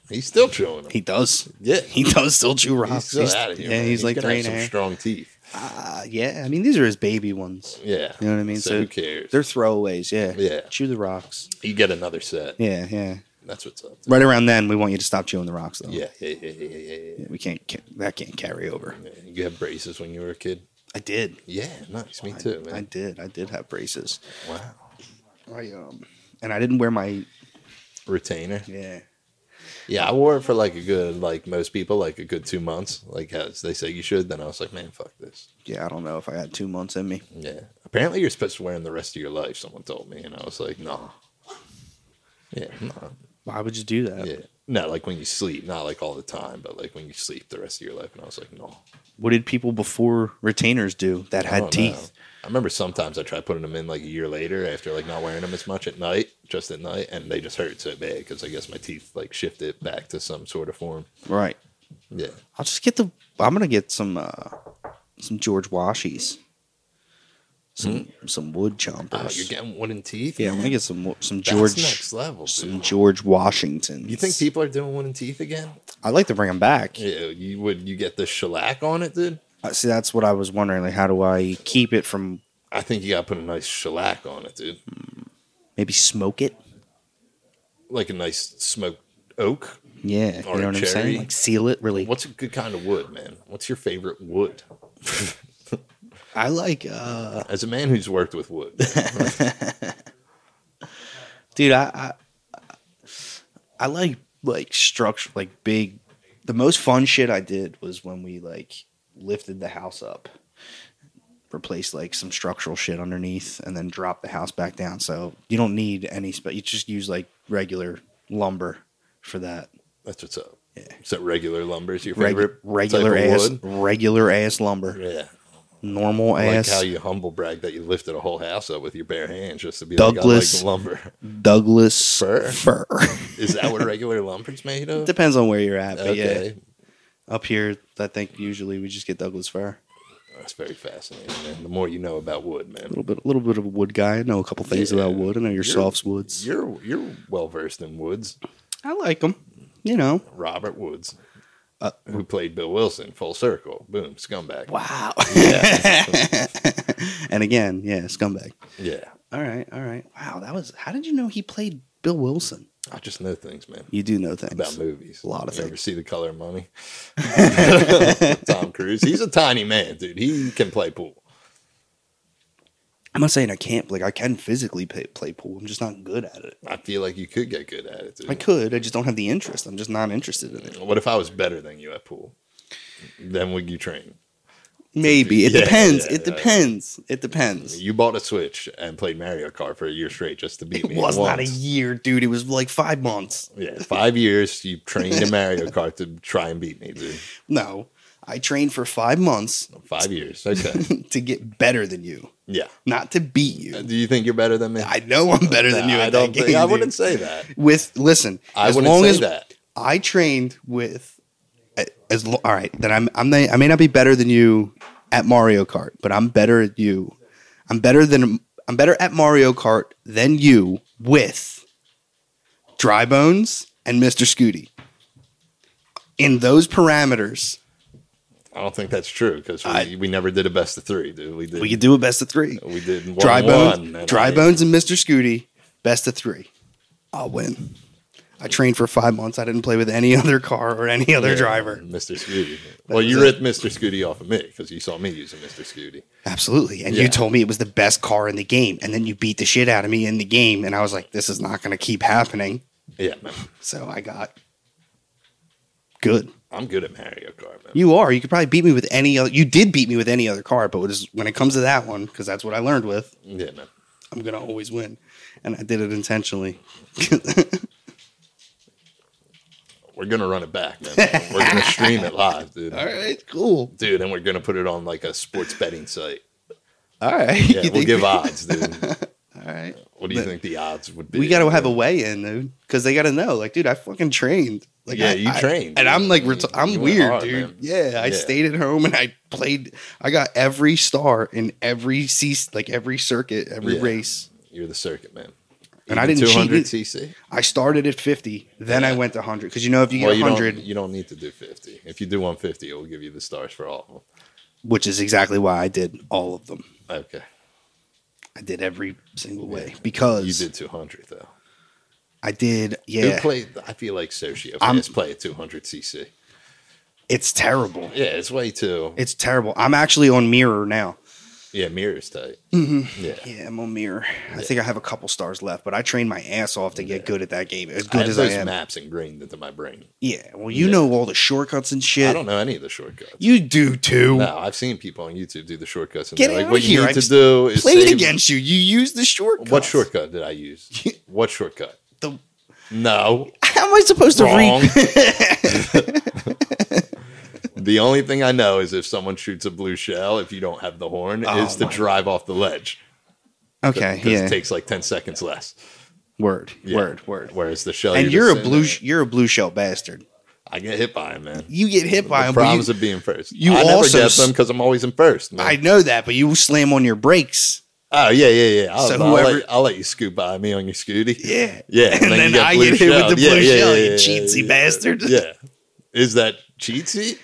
Speaker 1: He's still chewing them.
Speaker 2: he does.
Speaker 1: yeah,
Speaker 2: He does still chew
Speaker 1: he's
Speaker 2: rocks.
Speaker 1: still out of here.
Speaker 2: Yeah,
Speaker 1: man.
Speaker 2: he's, like
Speaker 1: gonna
Speaker 2: three
Speaker 1: have
Speaker 2: and a
Speaker 1: some
Speaker 2: half.
Speaker 1: strong teeth.
Speaker 2: Ah, yeah, I mean these are his baby ones.
Speaker 1: Yeah,
Speaker 2: You know what I mean?
Speaker 1: So,
Speaker 2: So
Speaker 1: who cares?
Speaker 2: They're throwaways. Yeah.
Speaker 1: Yeah.
Speaker 2: Chew the rocks.
Speaker 1: You get another set.
Speaker 2: Yeah, yeah.
Speaker 1: That's what's up.
Speaker 2: Right around then, we want you to stop chewing the rocks, though.
Speaker 1: Yeah, yeah, yeah, yeah, yeah, yeah, yeah.
Speaker 2: We can't. ca- That can't carry over.
Speaker 1: Yeah. You have braces when you were a kid.
Speaker 2: I did.
Speaker 1: Yeah, nice. Me too,
Speaker 2: I
Speaker 1: man.
Speaker 2: did. I did have braces.
Speaker 1: wow.
Speaker 2: I um and I didn't wear my
Speaker 1: Retainer.
Speaker 2: yeah.
Speaker 1: Yeah, I wore it for like a good, like most people, like a good two months, like as they say you should. Then I was like, man, fuck this.
Speaker 2: Yeah, I don't know if I had two months in me.
Speaker 1: Yeah. Apparently, you're supposed to wear them the rest of your life. Someone told me, and I was like, no. Yeah, no.
Speaker 2: Why would you do that?
Speaker 1: Yeah. Not like when you sleep, not like all the time, but like when you sleep the rest of your life. And I was like, no.
Speaker 2: What did people before retainers do that
Speaker 1: I
Speaker 2: had
Speaker 1: don't know.
Speaker 2: teeth?
Speaker 1: Oh, I remember sometimes I tried putting them in like a year later after like not wearing them as much at night, just at night, and they just hurt so bad because I guess my teeth like shifted back to some sort of form.
Speaker 2: Right.
Speaker 1: Yeah.
Speaker 2: I'll just get the. I'm gonna get some uh some George Washies. Some some wood
Speaker 1: Hmm? Oh, you're
Speaker 2: chompers.
Speaker 1: getting wooden teeth?
Speaker 2: yeah, I'm gonna get some wo- some
Speaker 1: That's
Speaker 2: George
Speaker 1: next level.
Speaker 2: some
Speaker 1: dude.
Speaker 2: George Washington.
Speaker 1: You think people are doing wooden teeth again?
Speaker 2: I'd like to bring them back?
Speaker 1: Yeah, you would you get the shellac on it, dude?
Speaker 2: Uh, See, that's what I was wondering. Like, how do I keep it from
Speaker 1: I think you gotta put a nice shellac on it, dude.
Speaker 2: maybe smoke it?
Speaker 1: Like a nice smoked oak.
Speaker 2: Yeah,
Speaker 1: Or
Speaker 2: you know what I'm
Speaker 1: cherry.
Speaker 2: saying. Like, seal it really.
Speaker 1: What's a good kind of wood, man? What's your favorite wood?
Speaker 2: I like, uh,
Speaker 1: As a man who's worked with wood,
Speaker 2: dude. I, I I like like structure, like big. The most fun shit I did was when we like lifted the house up, replaced like some structural shit underneath, and then dropped the house back down. So you don't need any, but you just use like regular lumber for that.
Speaker 1: that's what's up. So regular lumber is your
Speaker 2: Reg-
Speaker 1: favorite
Speaker 2: regular
Speaker 1: type of
Speaker 2: ass,
Speaker 1: wood?
Speaker 2: regular ass lumber,
Speaker 1: Yeah,
Speaker 2: normal
Speaker 1: I like
Speaker 2: ass
Speaker 1: how you humble brag that you lifted a whole house up with your bare hands just to be
Speaker 2: Douglas.
Speaker 1: like, I like lumber.
Speaker 2: Douglas
Speaker 1: Fir.
Speaker 2: fir.
Speaker 1: Is that what regular lumber's made of?
Speaker 2: Depends on where you're at, but yeah,
Speaker 1: Okay,
Speaker 2: up here, I think usually we just get Douglas fir.
Speaker 1: that's very fascinating. Man. The more you know about wood,
Speaker 2: A
Speaker 1: man,
Speaker 2: little bit, a little bit of a wood guy. I know a couple things
Speaker 1: Yeah.
Speaker 2: about wood. I know your
Speaker 1: You're-
Speaker 2: softs woods.
Speaker 1: you're you're well versed in woods.
Speaker 2: I like them. You know.
Speaker 1: Robert Woods,
Speaker 2: Uh,
Speaker 1: who played Bill Wilson, full circle, boom, scumbag.
Speaker 2: Wow. and again, yeah, scumbag.
Speaker 1: Yeah,
Speaker 2: All right, all right. Wow, that was. How did you know he played Bill Wilson?
Speaker 1: I just know things, man.
Speaker 2: You do know things.
Speaker 1: About movies,
Speaker 2: A lot of
Speaker 1: you Ever
Speaker 2: things.
Speaker 1: see the color of money? Tom Cruise. He's a tiny man, dude. He can play pool.
Speaker 2: I'm not saying I can't. Like I can physically play, play pool. I'm just not good at it.
Speaker 1: I feel like you could get good at it. Dude.
Speaker 2: I could. I just don't have the interest. I'm just not interested in it.
Speaker 1: What if I was better than you at pool? Then would you train?
Speaker 2: Maybe it
Speaker 1: Yeah,
Speaker 2: depends.
Speaker 1: yeah,
Speaker 2: it
Speaker 1: yeah.
Speaker 2: depends. It depends.
Speaker 1: You bought a Switch and played Mario Kart for a year straight just to beat
Speaker 2: It
Speaker 1: me.
Speaker 2: was not a
Speaker 1: once.
Speaker 2: year, dude. It was like five months.
Speaker 1: Yeah, five years you trained in Mario Kart to try and beat me, dude.
Speaker 2: No, I trained for five months
Speaker 1: Five years. Okay.
Speaker 2: to get better than you,
Speaker 1: Yeah.
Speaker 2: not to beat you.
Speaker 1: Do you think you're better than me?
Speaker 2: I know I'm better than you.
Speaker 1: Nah,
Speaker 2: At
Speaker 1: I don't
Speaker 2: that game,
Speaker 1: think I
Speaker 2: dude.
Speaker 1: wouldn't say that.
Speaker 2: With listen,
Speaker 1: I
Speaker 2: as
Speaker 1: wouldn't
Speaker 2: long
Speaker 1: say
Speaker 2: as
Speaker 1: that.
Speaker 2: I trained with as lo- all right. Then I'm I'm the, I may not be better than you at Mario Kart, but I'm better at you. I'm better than I'm better at Mario Kart than you with Dry Bones and Mr. Scooty. In those parameters,
Speaker 1: I don't think that's true because we,
Speaker 2: I-
Speaker 1: we never did a best of three, dude. We did.
Speaker 2: we
Speaker 1: We,
Speaker 2: could do a best of three.
Speaker 1: did one,
Speaker 2: Dry
Speaker 1: one,
Speaker 2: Bones,
Speaker 1: and
Speaker 2: Dry
Speaker 1: I-
Speaker 2: Bones, and Mr. Scooty, best of three. I'll win. I trained for five months. I didn't play with any other car or any other
Speaker 1: yeah,
Speaker 2: driver.
Speaker 1: Mr. Scooty. Well, you ripped Mr. Scooty off of me because you saw me using Mr. Scooty.
Speaker 2: Absolutely. And
Speaker 1: Yeah.
Speaker 2: you told me it was the best car in the game. And then you beat the shit out of me in the game. And I was like, this is not going to keep happening.
Speaker 1: Yeah, man.
Speaker 2: So I got good.
Speaker 1: I'm good at Mario Kart, man.
Speaker 2: You are. You could probably beat me with any other. You did beat me with any other car. But it is- when it comes to that one, because that's what I learned with,
Speaker 1: Yeah, man.
Speaker 2: I'm going to always win. And I did it intentionally.
Speaker 1: We're gonna run it back, man. we're gonna stream it live, dude.
Speaker 2: All right. Cool.
Speaker 1: Dude, and we're gonna put it on like a sports betting site.
Speaker 2: All right.
Speaker 1: Yeah, we'll
Speaker 2: You think-
Speaker 1: give odds, dude.
Speaker 2: All right.
Speaker 1: What do you
Speaker 2: But-
Speaker 1: think the odds would be?
Speaker 2: We got to have a weigh in, dude, because they got to know. Like, dude, I fucking trained. Like,
Speaker 1: Yeah,
Speaker 2: I-
Speaker 1: you
Speaker 2: I-
Speaker 1: trained,
Speaker 2: and I'm like, reti-
Speaker 1: dude.
Speaker 2: I'm
Speaker 1: You went
Speaker 2: weird,
Speaker 1: hard,
Speaker 2: dude.
Speaker 1: man.
Speaker 2: Yeah, I
Speaker 1: Yeah.
Speaker 2: stayed at home and I played. I got every star in every C, like every circuit, every
Speaker 1: Yeah.
Speaker 2: race.
Speaker 1: You're the circuit man.
Speaker 2: And I didn't cheat.
Speaker 1: 200 cc.
Speaker 2: I started at 50, then I
Speaker 1: Yeah.
Speaker 2: went to 100 because you know if you get
Speaker 1: Well, you
Speaker 2: 100,
Speaker 1: don't, you don't need to do 50. If you do 150, it will give you the stars for all
Speaker 2: which is exactly why I did all of them.
Speaker 1: of them. Okay.
Speaker 2: I did every single way
Speaker 1: You
Speaker 2: because
Speaker 1: did 200, though.
Speaker 2: I did.
Speaker 1: Who
Speaker 2: Yeah,
Speaker 1: played? I feel like Sergio
Speaker 2: I'm-
Speaker 1: Fitz play at 200cc.
Speaker 2: it's terrible.
Speaker 1: Yeah, it's way too.
Speaker 2: It's terrible. I'm actually on mirror now.
Speaker 1: yeah, mirrors tight.
Speaker 2: Mm-hmm.
Speaker 1: Yeah.
Speaker 2: Yeah, I'm on mirror. I think I have a couple stars left, but I trained my ass off to get good at that game. As
Speaker 1: I
Speaker 2: good
Speaker 1: have
Speaker 2: as I
Speaker 1: those
Speaker 2: am.
Speaker 1: maps ingrained into my brain.
Speaker 2: Yeah. Well, you
Speaker 1: Yeah.
Speaker 2: know all the shortcuts and shit.
Speaker 1: I don't know any of the shortcuts.
Speaker 2: You do too.
Speaker 1: no, I've seen people on YouTube do the shortcuts. And
Speaker 2: Get
Speaker 1: they're like,
Speaker 2: out
Speaker 1: what
Speaker 2: here.
Speaker 1: you
Speaker 2: I
Speaker 1: need to
Speaker 2: just
Speaker 1: do is
Speaker 2: Played
Speaker 1: save-
Speaker 2: against you. You use the shortcut.
Speaker 1: What shortcut did I use? what shortcut?
Speaker 2: The-
Speaker 1: No.
Speaker 2: How am I supposed to
Speaker 1: Wrong.
Speaker 2: read?
Speaker 1: the only thing I know is if someone shoots a blue shell, if you don't have the horn,
Speaker 2: Oh,
Speaker 1: is to
Speaker 2: my-
Speaker 1: drive off the ledge.
Speaker 2: Okay.
Speaker 1: Because
Speaker 2: Yeah.
Speaker 1: it takes like 10 seconds less.
Speaker 2: word.
Speaker 1: Yeah.
Speaker 2: Word. Word.
Speaker 1: Whereas the shell,
Speaker 2: And you're a
Speaker 1: just
Speaker 2: blue.
Speaker 1: sitting
Speaker 2: Sh- you're a blue shell bastard.
Speaker 1: there. I get hit by him, man.
Speaker 2: You get hit by
Speaker 1: the
Speaker 2: him.
Speaker 1: problems
Speaker 2: but you-
Speaker 1: of being first.
Speaker 2: you
Speaker 1: I
Speaker 2: also
Speaker 1: never get
Speaker 2: s-
Speaker 1: them because I'm always in first. Man.
Speaker 2: I know that, but you slam on your brakes.
Speaker 1: oh yeah, yeah, yeah. I'll,
Speaker 2: So
Speaker 1: I'll,
Speaker 2: whoever-
Speaker 1: let, I'll let you scoot by me on your scooty.
Speaker 2: Yeah.
Speaker 1: yeah.
Speaker 2: And,
Speaker 1: you
Speaker 2: then,
Speaker 1: get
Speaker 2: I
Speaker 1: blue
Speaker 2: get hit
Speaker 1: shell.
Speaker 2: with the
Speaker 1: Yeah,
Speaker 2: blue
Speaker 1: yeah,
Speaker 2: shell.
Speaker 1: yeah,
Speaker 2: you
Speaker 1: yeah,
Speaker 2: cheatsy
Speaker 1: yeah.
Speaker 2: bastard.
Speaker 1: Yeah, is that cheatsy?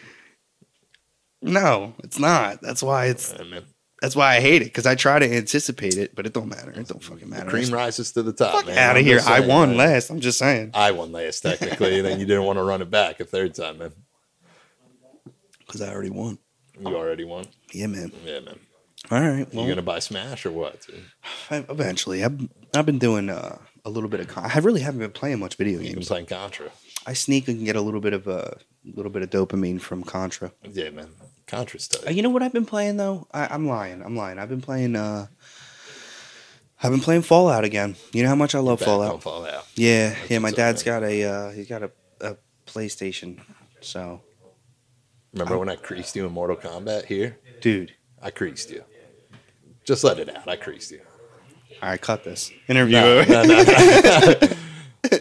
Speaker 2: No, it's not. That's why it's.
Speaker 1: Uh, man,
Speaker 2: That's why I hate it because I try to anticipate it, but it don't matter. It don't fucking
Speaker 1: the
Speaker 2: matter.
Speaker 1: cream rises to the top.
Speaker 2: Fuck
Speaker 1: man.
Speaker 2: out of
Speaker 1: I'm
Speaker 2: here.
Speaker 1: just
Speaker 2: I
Speaker 1: saying,
Speaker 2: won
Speaker 1: man.
Speaker 2: last. I'm just saying.
Speaker 1: I won last technically, and then you didn't want to run it back a third time, man.
Speaker 2: Because I already won.
Speaker 1: You already won.
Speaker 2: Yeah, man.
Speaker 1: Yeah, man.
Speaker 2: All right.
Speaker 1: You
Speaker 2: Well,
Speaker 1: gonna buy Smash or what? dude?
Speaker 2: I- eventually. I've, I've been doing uh, a little bit of. Con- I really haven't been playing much video
Speaker 1: You can
Speaker 2: games.
Speaker 1: play Contra.
Speaker 2: I sneak and get a little bit of a little bit of dopamine from Contra.
Speaker 1: Yeah, man. Contra's
Speaker 2: Uh,
Speaker 1: tight.
Speaker 2: you know what I've been playing though? I, I'm lying. I'm lying. I've been playing. uh I've been playing Fallout again. You know how much I love
Speaker 1: Back on
Speaker 2: Fallout.
Speaker 1: Fallout.
Speaker 2: Yeah, yeah. My
Speaker 1: what's up,
Speaker 2: dad's got a uh, he's got a, a PlayStation. So,
Speaker 1: Remember when I creased you in Mortal Kombat here?
Speaker 2: dude,
Speaker 1: I creased you. Just let it out. I creased you.
Speaker 2: all right, cut this interview.
Speaker 1: No,
Speaker 2: over.
Speaker 1: no, no, no.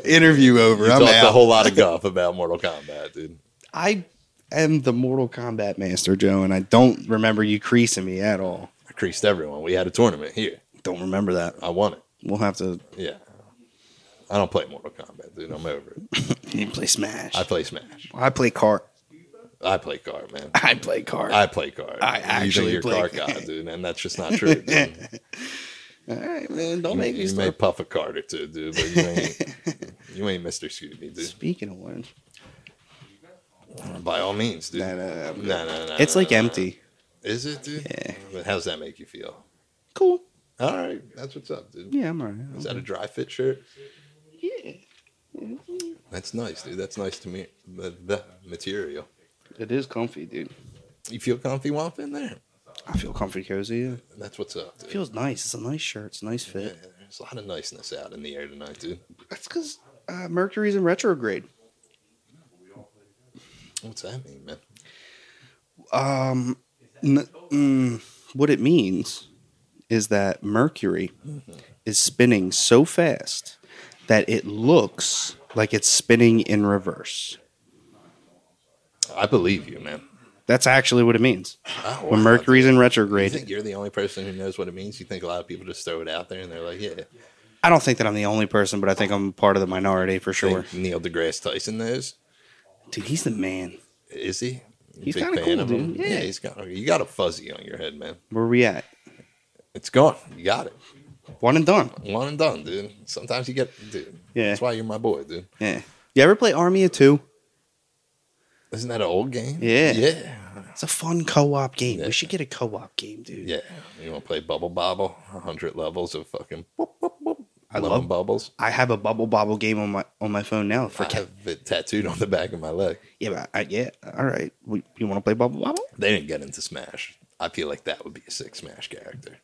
Speaker 2: interview over.
Speaker 1: You
Speaker 2: I'm
Speaker 1: talked a
Speaker 2: out.
Speaker 1: whole lot of guff about Mortal Kombat, dude.
Speaker 2: I am the Mortal Kombat master, Joe, and I don't remember you creasing me at all.
Speaker 1: I creased everyone. We had a tournament here.
Speaker 2: Don't remember that.
Speaker 1: I won it.
Speaker 2: We'll have to
Speaker 1: Yeah. I don't play Mortal Kombat, dude. I'm over it.
Speaker 2: you play Smash.
Speaker 1: I
Speaker 2: I,
Speaker 1: play Smash.
Speaker 2: play card.
Speaker 1: I play card, man.
Speaker 2: I play card.
Speaker 1: I play card.
Speaker 2: I
Speaker 1: You think
Speaker 2: actually
Speaker 1: you're
Speaker 2: play-
Speaker 1: card god, dude, and that's just not true. Dude. You,
Speaker 2: all right, man. Don't make
Speaker 1: may-
Speaker 2: me
Speaker 1: you may
Speaker 2: start.
Speaker 1: puff a card or two, dude, but you ain't, you ain't Mr. Scooby, dude.
Speaker 2: Speaking of one,
Speaker 1: By all means, dude.
Speaker 2: Nah,
Speaker 1: No,
Speaker 2: nah, nah, I'm
Speaker 1: no, no.
Speaker 2: uh, it's like
Speaker 1: no.
Speaker 2: empty.
Speaker 1: Is it, dude?
Speaker 2: Yeah.
Speaker 1: But how's that make you feel?
Speaker 2: Cool.
Speaker 1: All right, that's what's up, dude.
Speaker 2: Yeah, I'm alright.
Speaker 1: Is that a dry fit shirt?
Speaker 2: yeah, Mm-hmm.
Speaker 1: That's nice, dude. That's nice to me. The, the material.
Speaker 2: it is comfy, dude.
Speaker 1: You feel comfy womp in there?
Speaker 2: I feel comfy, cozy. Yeah.
Speaker 1: That's what's up,
Speaker 2: It
Speaker 1: dude.
Speaker 2: feels nice. It's a nice shirt. It's a nice
Speaker 1: Yeah,
Speaker 2: fit.
Speaker 1: there's a lot of niceness out in the air tonight, dude.
Speaker 2: That's because uh, Mercury's in retrograde.
Speaker 1: What's that mean, man?
Speaker 2: Um, n- mm, what it means is that Mercury is spinning so fast that it looks like it's spinning in reverse.
Speaker 1: I believe you, man.
Speaker 2: That's actually what it means.
Speaker 1: Oh,
Speaker 2: When
Speaker 1: wow,
Speaker 2: Mercury's in
Speaker 1: You
Speaker 2: retrograde,
Speaker 1: think you're the only person who knows what it means? You think a lot of people just throw it out there and they're like, yeah.
Speaker 2: I don't think that I'm the only person, but I think I'm part of the minority for sure.
Speaker 1: Think Neil deGrasse Tyson knows?
Speaker 2: Dude, he's the man.
Speaker 1: Is he? You
Speaker 2: He's
Speaker 1: big
Speaker 2: kinda
Speaker 1: fan
Speaker 2: cool,
Speaker 1: of him?
Speaker 2: dude. Yeah.
Speaker 1: yeah, he's got you got a fuzzy on your head, man.
Speaker 2: Where we at?
Speaker 1: It's gone. You got it.
Speaker 2: One and done.
Speaker 1: One and done, dude. Sometimes you get dude.
Speaker 2: Yeah.
Speaker 1: That's why you're my boy, dude.
Speaker 2: Yeah. You ever play Army of Two?
Speaker 1: Isn't that an old game?
Speaker 2: Yeah.
Speaker 1: Yeah.
Speaker 2: It's a fun co-op game.
Speaker 1: Yeah.
Speaker 2: We should get a co-op game, dude.
Speaker 1: Yeah. You wanna play Bubble Bobble? hundred levels of fucking whoop, whoop, whoop.
Speaker 2: I
Speaker 1: Lemon
Speaker 2: love-
Speaker 1: bubbles.
Speaker 2: I have a bubble bobble game on my on my phone now for
Speaker 1: I
Speaker 2: ca-
Speaker 1: have it tattooed on the back of my leg.
Speaker 2: Yeah, but I, yeah. All right. We, you want to play Bubble Bobble?
Speaker 1: They didn't get into Smash. I feel like that would be a sick Smash character.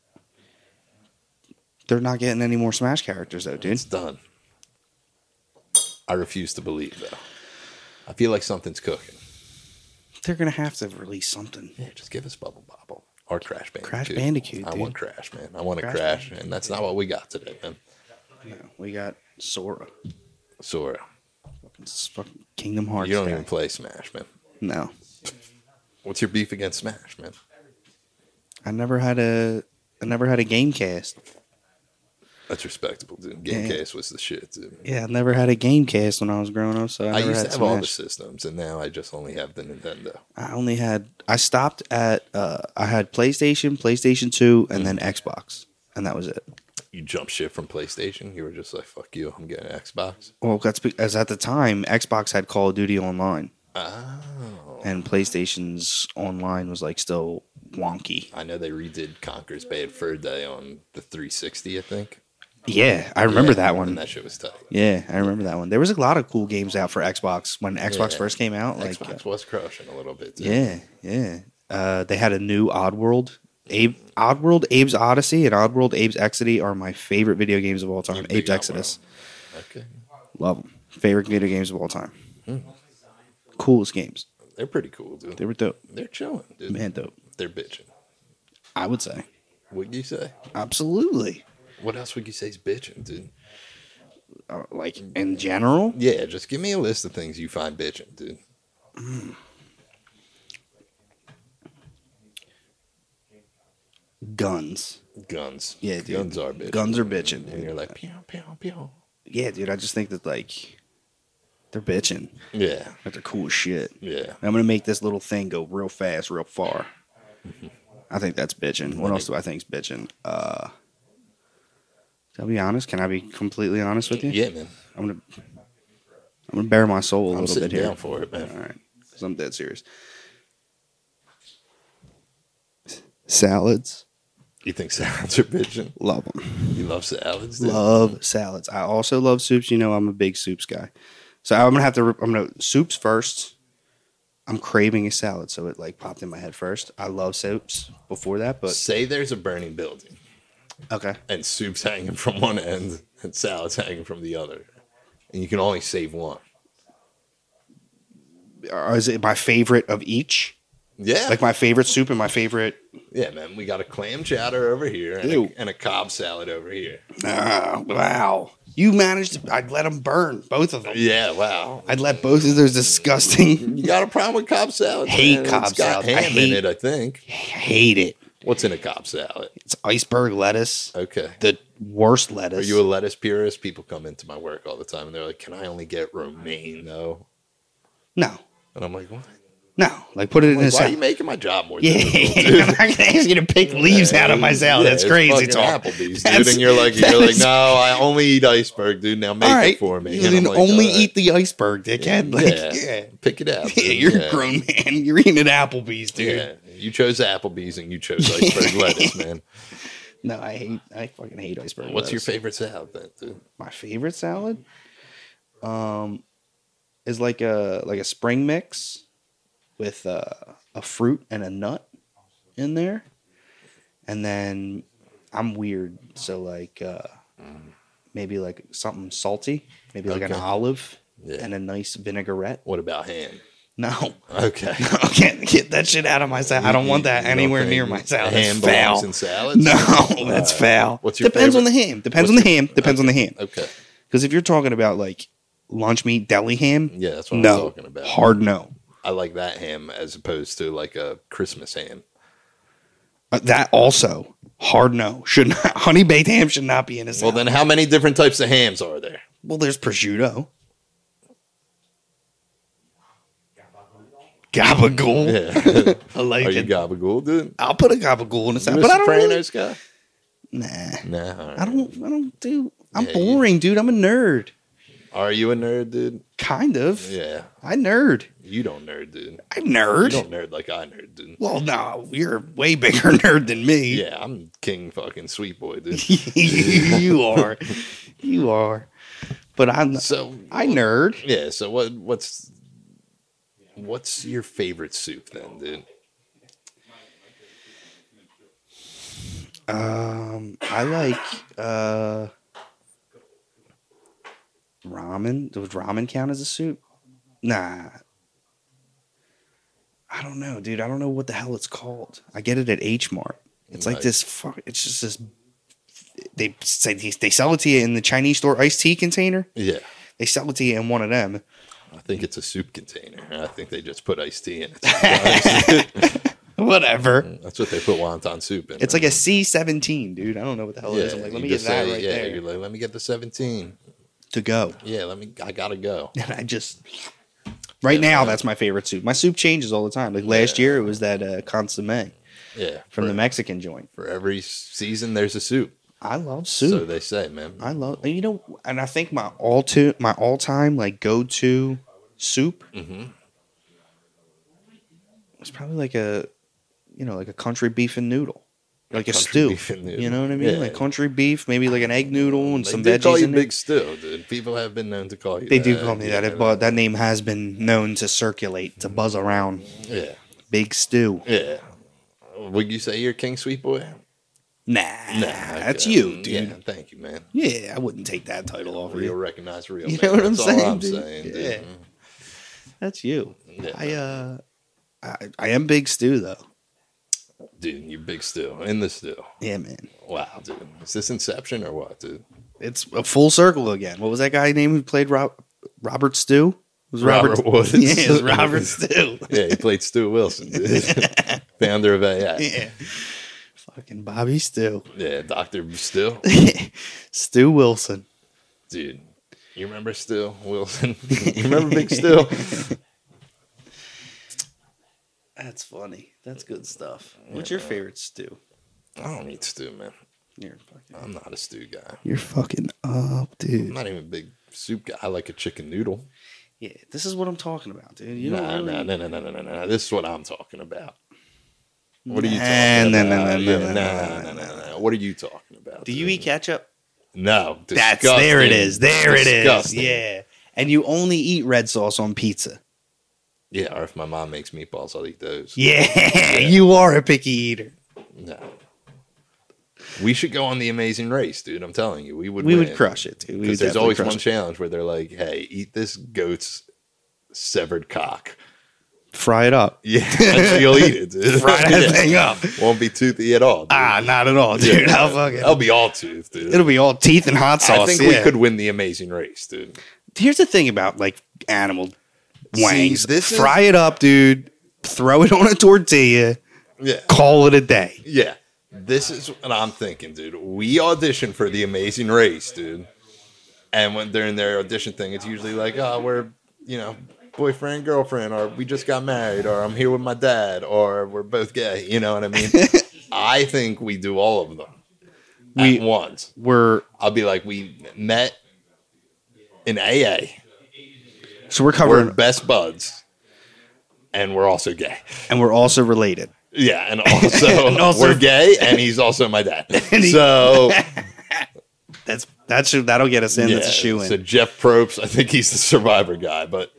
Speaker 2: They're not getting any more Smash characters though, dude.
Speaker 1: It's done. I refuse to believe though. I feel like something's cooking.
Speaker 2: They're gonna have to release something.
Speaker 1: Yeah, just give us Bubble Bobble or Crash Bandicoot.
Speaker 2: Crash Bandicoot,
Speaker 1: I
Speaker 2: dude.
Speaker 1: want Crash, man. I want to
Speaker 2: Crash
Speaker 1: Crash, and that's not what we got today, man.
Speaker 2: No, we got Sora,
Speaker 1: Sora,
Speaker 2: fucking, fucking Kingdom Hearts.
Speaker 1: you don't
Speaker 2: guy.
Speaker 1: even play Smash, man.
Speaker 2: No,
Speaker 1: What's your beef against Smash, man?
Speaker 2: I never had a, I never had a Gamecast.
Speaker 1: That's respectable, dude. Game
Speaker 2: Yeah.
Speaker 1: Case was the shit, dude.
Speaker 2: Yeah, I never had a Gamecast when I was growing up. So
Speaker 1: I
Speaker 2: I, never
Speaker 1: used to
Speaker 2: had
Speaker 1: have
Speaker 2: Smash.
Speaker 1: all the systems, and now I just only have the Nintendo.
Speaker 2: I only had. I stopped at. Uh, I had PlayStation, PlayStation Two, and then
Speaker 1: Mm.
Speaker 2: Xbox, and that was it.
Speaker 1: You jump ship from PlayStation. You were just like, "Fuck you, I'm getting Xbox."
Speaker 2: Well, that's because at the time Xbox had Call of Duty Online.
Speaker 1: Oh,
Speaker 2: and PlayStation's online was like still wonky.
Speaker 1: I know they redid Conker's Bad Fur Day on the 360. I think.
Speaker 2: Yeah, I remember
Speaker 1: Yeah,
Speaker 2: that
Speaker 1: And
Speaker 2: one.
Speaker 1: that shit was tight.
Speaker 2: Yeah, I remember that one. There was a lot of cool games out for Xbox when Xbox
Speaker 1: Yeah.
Speaker 2: first came out. Like,
Speaker 1: Xbox was crushing a little bit. Too.
Speaker 2: yeah, yeah. Uh, they had a new Oddworld. Abe, Oddworld, Abe's Odyssey, and Oddworld, Abe's Exodus are my favorite video games of all time.
Speaker 1: Big
Speaker 2: Abe's
Speaker 1: Oddworld.
Speaker 2: Exodus,
Speaker 1: Okay.
Speaker 2: love them. Favorite video games of all time.
Speaker 1: Hmm.
Speaker 2: Coolest games.
Speaker 1: They're pretty cool, dude.
Speaker 2: They
Speaker 1: They're,
Speaker 2: were dope.
Speaker 1: chilling, dude.
Speaker 2: Man, dope.
Speaker 1: They're bitching.
Speaker 2: I would say.
Speaker 1: Wouldn't you say?
Speaker 2: Absolutely.
Speaker 1: What else would you say is bitching, dude?
Speaker 2: Uh, like, in general,
Speaker 1: Yeah, just give me a list of things you find bitching, dude.
Speaker 2: guns.
Speaker 1: Guns.
Speaker 2: Yeah, dude.
Speaker 1: Guns are bitching.
Speaker 2: Guns are bitching.
Speaker 1: And you're like, pew, pew, pew.
Speaker 2: yeah, dude, I just think that like they're bitching,
Speaker 1: Yeah,
Speaker 2: like they're cool as shit.
Speaker 1: yeah.
Speaker 2: I'm gonna make this little thing go real fast, real far.
Speaker 1: Mm-hmm.
Speaker 2: I think that's bitching. What else do I think's bitching? Uh, I'll be honest. Can I be completely honest with you?
Speaker 1: Yeah, man.
Speaker 2: I'm gonna I'm gonna bare my soul a
Speaker 1: I'm
Speaker 2: little
Speaker 1: sitting
Speaker 2: bit here.
Speaker 1: down for it,
Speaker 2: All
Speaker 1: man.
Speaker 2: right, because I'm dead serious. Salads,
Speaker 1: You think salads are bitching?
Speaker 2: love them.
Speaker 1: You love salads, dude?
Speaker 2: love salads. I also love soups. You know, I'm a big soups guy. So I'm gonna have to. I'm gonna soups first. I'm craving a salad, so it like popped in my head first. I love soups before that, but
Speaker 1: Say there's a burning building
Speaker 2: okay,
Speaker 1: and soup's hanging from one end and salads hanging from the other, and you can only save one.
Speaker 2: or is it my favorite of each?
Speaker 1: Yeah.
Speaker 2: Like my favorite soup and my favorite.
Speaker 1: yeah, man. We got a clam chowder over here and,
Speaker 2: Ew.
Speaker 1: a, and a cob salad over here.
Speaker 2: Ah, wow, you managed. I'd let them burn both of them.
Speaker 1: Yeah, wow.
Speaker 2: I'd let both of those disgusting.
Speaker 1: You got a problem with cob salad?
Speaker 2: Hate
Speaker 1: man?
Speaker 2: cob
Speaker 1: It's got
Speaker 2: salad. I
Speaker 1: ham
Speaker 2: hate-
Speaker 1: in it, I think.
Speaker 2: hate it.
Speaker 1: What's in a cob salad?
Speaker 2: It's iceberg lettuce.
Speaker 1: Okay.
Speaker 2: The worst
Speaker 1: Are
Speaker 2: lettuce.
Speaker 1: you a lettuce purist? People come into my work all the time and they're like, "Can I only get romaine though?"
Speaker 2: no,
Speaker 1: And I'm like, "What?
Speaker 2: no. Like put it in
Speaker 1: Like, why
Speaker 2: a
Speaker 1: are you
Speaker 2: salad.
Speaker 1: making my job more
Speaker 2: Yeah,
Speaker 1: difficult?"
Speaker 2: I'm not gonna ask you to pick leaves out of my salad.
Speaker 1: Yeah,
Speaker 2: That's crazy.
Speaker 1: fucking
Speaker 2: It's all.
Speaker 1: Applebee's, dude.
Speaker 2: That's-
Speaker 1: And you're like, you're like,
Speaker 2: that's-
Speaker 1: no, I only eat iceberg, dude. Now make
Speaker 2: all
Speaker 1: it
Speaker 2: right,
Speaker 1: for me.
Speaker 2: You
Speaker 1: And I'm
Speaker 2: can
Speaker 1: like,
Speaker 2: only
Speaker 1: all right,
Speaker 2: eat the iceberg, dickhead. Like,
Speaker 1: Yeah.
Speaker 2: yeah, yeah.
Speaker 1: Pick it out. dude.
Speaker 2: you're a grown man. You're eating at Applebee's, dude.
Speaker 1: Yeah, you chose Applebee's and you chose iceberg lettuce, man.
Speaker 2: No, I hate. I fucking hate iceberg.
Speaker 1: What's your
Speaker 2: lettuce.
Speaker 1: favorite salad, then, dude?
Speaker 2: My favorite salad, um, is like a like a spring mix with uh, a fruit and a nut in there, and then I'm weird, so like uh, maybe like something salty, maybe like an
Speaker 1: Okay.
Speaker 2: olive
Speaker 1: Yeah.
Speaker 2: and a nice vinaigrette.
Speaker 1: What about ham?
Speaker 2: No.
Speaker 1: Okay.
Speaker 2: No, I can't get that shit out of my salad. I don't want that
Speaker 1: You don't
Speaker 2: anywhere
Speaker 1: think
Speaker 2: near my salad.
Speaker 1: Ham
Speaker 2: That's
Speaker 1: belongs
Speaker 2: foul.
Speaker 1: in salads.
Speaker 2: No, that's foul.
Speaker 1: What's your
Speaker 2: Depends on the
Speaker 1: favorite-
Speaker 2: ham. Depends on
Speaker 1: what's
Speaker 2: the ham. Depends on the ham.
Speaker 1: Okay.
Speaker 2: Because if you're talking about like lunch meat, deli ham,
Speaker 1: Yeah, that's what I'm
Speaker 2: no,
Speaker 1: talking about.
Speaker 2: hard no.
Speaker 1: I like that ham as opposed to like a Christmas ham.
Speaker 2: Uh, that also hard no. Should not honey baked ham should not be in a
Speaker 1: Well,
Speaker 2: salad. Well,
Speaker 1: then how many different types of hams are there?
Speaker 2: there's prosciutto. Gabagool.
Speaker 1: Yeah.
Speaker 2: I like
Speaker 1: are you
Speaker 2: it.
Speaker 1: gabagool, dude?
Speaker 2: I'll put a gabagool in a
Speaker 1: You
Speaker 2: salad,
Speaker 1: a
Speaker 2: but I don't. Really,
Speaker 1: Sopranos guy?
Speaker 2: nah,
Speaker 1: Nah. all right.
Speaker 2: I don't. I don't do. I'm
Speaker 1: Yeah, you-
Speaker 2: boring, dude. I'm a nerd.
Speaker 1: Are you a nerd, dude?
Speaker 2: Kind of.
Speaker 1: Yeah.
Speaker 2: I nerd.
Speaker 1: You don't nerd, dude.
Speaker 2: I
Speaker 1: You
Speaker 2: nerd.
Speaker 1: don't nerd like I nerd, dude.
Speaker 2: Well, no, you're a way bigger nerd than me.
Speaker 1: Yeah, I'm king fucking sweet boy, dude.
Speaker 2: you are. You are. But I'm
Speaker 1: so
Speaker 2: I nerd.
Speaker 1: yeah, so what what's what's your favorite soup then, dude?
Speaker 2: Um I like uh ramen. Does ramen count as a soup? Nah. I don't know, dude. I don't know what the hell it's called. I get it at H Mart. It's like
Speaker 1: Right.
Speaker 2: this fuck it's just this they say they they sell it to you in the Chinese store iced tea container.
Speaker 1: Yeah.
Speaker 2: They sell it to you in one of them.
Speaker 1: I think it's a soup container. I think they just put iced tea in it.
Speaker 2: Whatever.
Speaker 1: That's what they put wonton soup in.
Speaker 2: It's like a C seventeen, dude. I don't know what the hell it is. I'm like, let
Speaker 1: you
Speaker 2: me get
Speaker 1: just
Speaker 2: that
Speaker 1: say,
Speaker 2: right
Speaker 1: yeah,
Speaker 2: there
Speaker 1: You're like, let me get the 17.
Speaker 2: to go.
Speaker 1: Yeah, let me. I gotta go.
Speaker 2: And I just right now that's my favorite soup. My soup changes all the time. Like last year it was that uh, consomme
Speaker 1: Yeah,
Speaker 2: from
Speaker 1: for,
Speaker 2: the Mexican joint.
Speaker 1: for every season, there's a soup.
Speaker 2: I love
Speaker 1: So
Speaker 2: soup.
Speaker 1: they say, man.
Speaker 2: I love you know, and I think my all to my all time like go to soup
Speaker 1: Mhm.
Speaker 2: was probably like a you know like a country beef and noodle. Like a
Speaker 1: Country
Speaker 2: stew,
Speaker 1: beef and noodle.
Speaker 2: you know what I mean?
Speaker 1: Yeah.
Speaker 2: Like country beef, maybe like an egg noodle and
Speaker 1: They
Speaker 2: some
Speaker 1: do call
Speaker 2: veggies
Speaker 1: you
Speaker 2: in there.
Speaker 1: Big Still, dude. People have been known to call you.
Speaker 2: They do
Speaker 1: that,
Speaker 2: call me
Speaker 1: yeah, Mm-hmm.
Speaker 2: that, but that name has been known to circulate, to buzz around.
Speaker 1: Yeah,
Speaker 2: Big stew.
Speaker 1: yeah. Would you say you're King Sweet Boy?
Speaker 2: Nah,
Speaker 1: Nah,
Speaker 2: that's
Speaker 1: okay.
Speaker 2: you,
Speaker 1: Yeah,
Speaker 2: dude.
Speaker 1: thank you, man.
Speaker 2: Yeah. I wouldn't take that title off
Speaker 1: Real
Speaker 2: you.
Speaker 1: recognize real.
Speaker 2: You
Speaker 1: man.
Speaker 2: know what I'm
Speaker 1: That's
Speaker 2: saying,
Speaker 1: All I'm
Speaker 2: dude?
Speaker 1: saying, dude. Mm-hmm.
Speaker 2: Yeah. That's you.
Speaker 1: Yeah.
Speaker 2: I uh, I, I am big stew though.
Speaker 1: dude, you Big Still in the Still.
Speaker 2: Yeah, man.
Speaker 1: Wow, dude. Is this Inception or what, dude?
Speaker 2: It's a full circle again. What was that guy name who played Rob, Robert Stew? It was
Speaker 1: Robert Woods.
Speaker 2: Yeah, it was Robert Stew.
Speaker 1: Yeah, he played Stu Wilson, dude. founder of AI.
Speaker 2: yeah. Fucking Bobby Stew.
Speaker 1: Yeah, Doctor Still,
Speaker 2: Stew Wilson.
Speaker 1: dude. You remember Still Wilson? you remember Big Still?
Speaker 2: That's funny. That's good stuff. What's your favorite stew?
Speaker 1: I don't eat stew, man.
Speaker 2: You're fucking,
Speaker 1: I'm not a stew guy.
Speaker 2: you're fucking up,
Speaker 1: I'm
Speaker 2: dude.
Speaker 1: not even a big soup guy. I like a chicken noodle.
Speaker 2: Yeah, this is what I'm talking about, dude. You
Speaker 1: No,
Speaker 2: don't
Speaker 1: no,
Speaker 2: really.
Speaker 1: no, no, no, no, no, no. This is what I'm talking about. What are you
Speaker 2: Nah,
Speaker 1: talking
Speaker 2: nah, nah,
Speaker 1: about?
Speaker 2: nah,
Speaker 1: Yeah,
Speaker 2: nah,
Speaker 1: nah,
Speaker 2: nah,
Speaker 1: nah, nah, nah, nah. What are you talking about?
Speaker 2: Do you
Speaker 1: dude?
Speaker 2: eat ketchup?
Speaker 1: No.
Speaker 2: That's there. It
Speaker 1: disgusting.
Speaker 2: is. There
Speaker 1: Disgusting.
Speaker 2: it is. Yeah. And you only eat red sauce on pizza.
Speaker 1: Yeah. Or if my mom makes meatballs, I'll eat those.
Speaker 2: Yeah, you are a picky eater.
Speaker 1: No. We should go on the Amazing Race, dude. I'm telling you, we would.
Speaker 2: We would
Speaker 1: win.
Speaker 2: crush it, dude. We would
Speaker 1: Because there's
Speaker 2: definitely
Speaker 1: always
Speaker 2: crush
Speaker 1: one
Speaker 2: it.
Speaker 1: challenge where they're like, "Hey, eat this goat's severed cock."
Speaker 2: fry it up.
Speaker 1: Yeah, you'll eat it. Dude.
Speaker 2: Fry that thing up.
Speaker 1: Won't be toothy at all. dude.
Speaker 2: Ah, not at all, dude. I'll fucking-
Speaker 1: I'll be all tooth, dude.
Speaker 2: it'll be all teeth and hot sauce.
Speaker 1: I think
Speaker 2: yeah.
Speaker 1: we could win the Amazing Race, dude.
Speaker 2: Here's the thing about like animal
Speaker 1: See,
Speaker 2: wangs.
Speaker 1: this is-
Speaker 2: fry it up, dude. Throw it on a tortilla.
Speaker 1: Yeah,
Speaker 2: Call it a day.
Speaker 1: yeah. This is what I'm thinking, dude. We audition for the Amazing Race, dude. And when they're in their audition thing, it's usually like, oh, we're you know boyfriend, girlfriend, or we just got married, or I'm here with my dad, or we're both gay. You know what I mean? I think we do all of them
Speaker 2: We-
Speaker 1: at once.
Speaker 2: We're
Speaker 1: I'll be like, we met in AA.
Speaker 2: so we're
Speaker 1: We're
Speaker 2: covering
Speaker 1: best buds, and we're also gay.
Speaker 2: and we're also related.
Speaker 1: Yeah, and also,
Speaker 2: And also-
Speaker 1: we're gay, and he's also my dad.
Speaker 2: he-
Speaker 1: so
Speaker 2: That's that's that'll get us in.
Speaker 1: yeah,
Speaker 2: that's a shoe in.
Speaker 1: So Jeff Probst, I think he's the survivor guy, but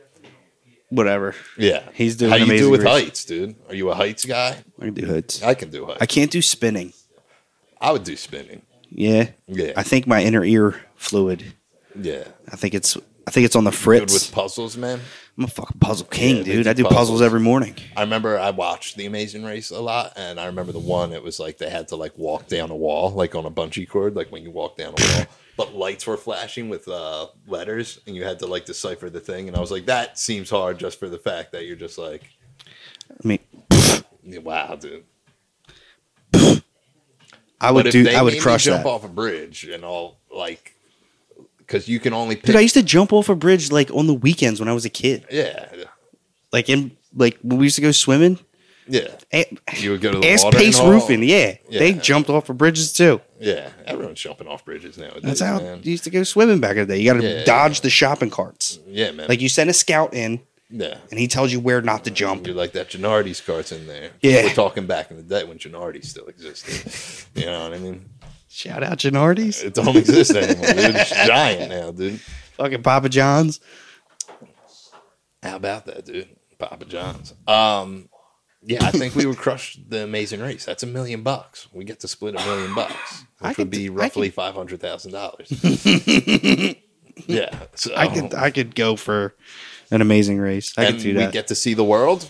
Speaker 2: Whatever.
Speaker 1: yeah,
Speaker 2: He's doing
Speaker 1: How you do
Speaker 2: amazing
Speaker 1: with
Speaker 2: research.
Speaker 1: heights, dude? Are you a heights guy?
Speaker 2: I can do hoods.
Speaker 1: I can do heights.
Speaker 2: I can't do spinning.
Speaker 1: I would do spinning.
Speaker 2: Yeah.
Speaker 1: Yeah,
Speaker 2: I think my inner ear fluid.
Speaker 1: yeah.
Speaker 2: I think it's I think it's on the
Speaker 1: Good
Speaker 2: fritz.
Speaker 1: with puzzles, man.
Speaker 2: I'm a fucking puzzle king,
Speaker 1: Yeah, they
Speaker 2: dude.
Speaker 1: do
Speaker 2: I do puzzles.
Speaker 1: puzzles.
Speaker 2: every morning.
Speaker 1: I remember I watched The Amazing Race a lot, and I remember the one it was like they had to like walk down a wall, like on a bungee cord, like when you walk down a wall. But lights were flashing with uh, letters, and you had to like decipher the thing. And I was like, that seems hard, just for the fact that you're just like,
Speaker 2: I mean,
Speaker 1: wow, dude.
Speaker 2: I
Speaker 1: But
Speaker 2: would
Speaker 1: if
Speaker 2: do.
Speaker 1: they
Speaker 2: I would
Speaker 1: made me
Speaker 2: crush
Speaker 1: jump
Speaker 2: that.
Speaker 1: off a bridge and all like, because you can only pick.
Speaker 2: Dude, I used to jump off a bridge like on the weekends when I was a kid.
Speaker 1: yeah,
Speaker 2: Like in like when we used to go swimming.
Speaker 1: yeah.
Speaker 2: A-
Speaker 1: You would go to the
Speaker 2: Ass
Speaker 1: watering
Speaker 2: pace
Speaker 1: hole.
Speaker 2: roofing, yeah. They
Speaker 1: Yeah.
Speaker 2: jumped off of bridges too.
Speaker 1: Yeah, everyone's jumping off bridges nowadays.
Speaker 2: That's how
Speaker 1: man.
Speaker 2: you used to go swimming back in the day. You got to
Speaker 1: Yeah.
Speaker 2: dodge the shopping carts.
Speaker 1: yeah, man.
Speaker 2: Like you send a scout in,
Speaker 1: yeah.
Speaker 2: and he tells you where not to jump.
Speaker 1: You're like that Gennardi's cart's in there.
Speaker 2: Yeah.
Speaker 1: We're talking back in the day when Gennardi still existed. you know what I mean?
Speaker 2: Shout out Gennardi's,
Speaker 1: It don't exist anymore. dude. It's giant now, dude.
Speaker 2: fucking Papa John's.
Speaker 1: How about that, dude? Papa John's. Um, yeah, I think we would crush the Amazing Race. That's a million bucks. We get to split a million bucks,
Speaker 2: I
Speaker 1: which
Speaker 2: could
Speaker 1: would be
Speaker 2: do- I
Speaker 1: roughly five hundred thousand dollars. yeah, so
Speaker 2: I could I could go for an amazing race. I
Speaker 1: Oh. and
Speaker 2: could do
Speaker 1: we
Speaker 2: that.
Speaker 1: get to see the world.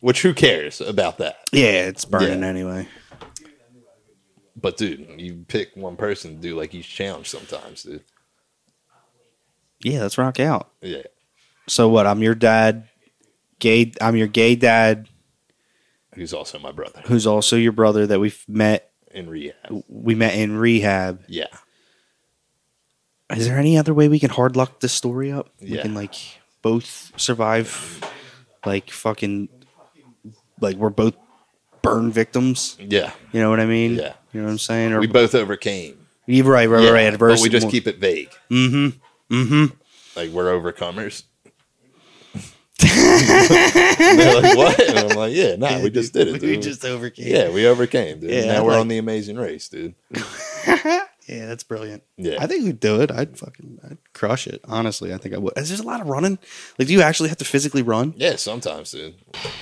Speaker 1: Which who cares about that?
Speaker 2: yeah, it's burning
Speaker 1: Yeah.
Speaker 2: anyway.
Speaker 1: But dude, you pick one person to do like each challenge sometimes, dude.
Speaker 2: Yeah, let's rock out.
Speaker 1: Yeah.
Speaker 2: So what? I'm your dad. Gay. I'm your gay dad,
Speaker 1: who's also my brother
Speaker 2: who's also your brother that we've met.
Speaker 1: in rehab.
Speaker 2: We met in rehab.
Speaker 1: Yeah,
Speaker 2: Is there any other way we can hard luck this story up? We
Speaker 1: Yeah.
Speaker 2: can like both survive, like fucking, like we're both burn victims.
Speaker 1: yeah,
Speaker 2: You know what I mean?
Speaker 1: Yeah.
Speaker 2: You know what I'm saying? Or
Speaker 1: we both overcame.
Speaker 2: Yeah, right, right,
Speaker 1: Yeah,
Speaker 2: right. Adversity.
Speaker 1: but we just keep it vague.
Speaker 2: Mm-hmm. Mm-hmm.
Speaker 1: Like we're overcomers. They're like, what? And I'm like, yeah, nah, we just did it. Dude.
Speaker 2: We just overcame.
Speaker 1: yeah, we overcame, dude.
Speaker 2: Yeah,
Speaker 1: now we're
Speaker 2: like-
Speaker 1: on the Amazing Race, dude.
Speaker 2: Yeah, that's brilliant.
Speaker 1: Yeah,
Speaker 2: I think we'd do it. I'd fucking, I'd crush it. Honestly, I think I would. There's a lot of running. Like, do you actually have to physically run?
Speaker 1: yeah. Sometimes, dude.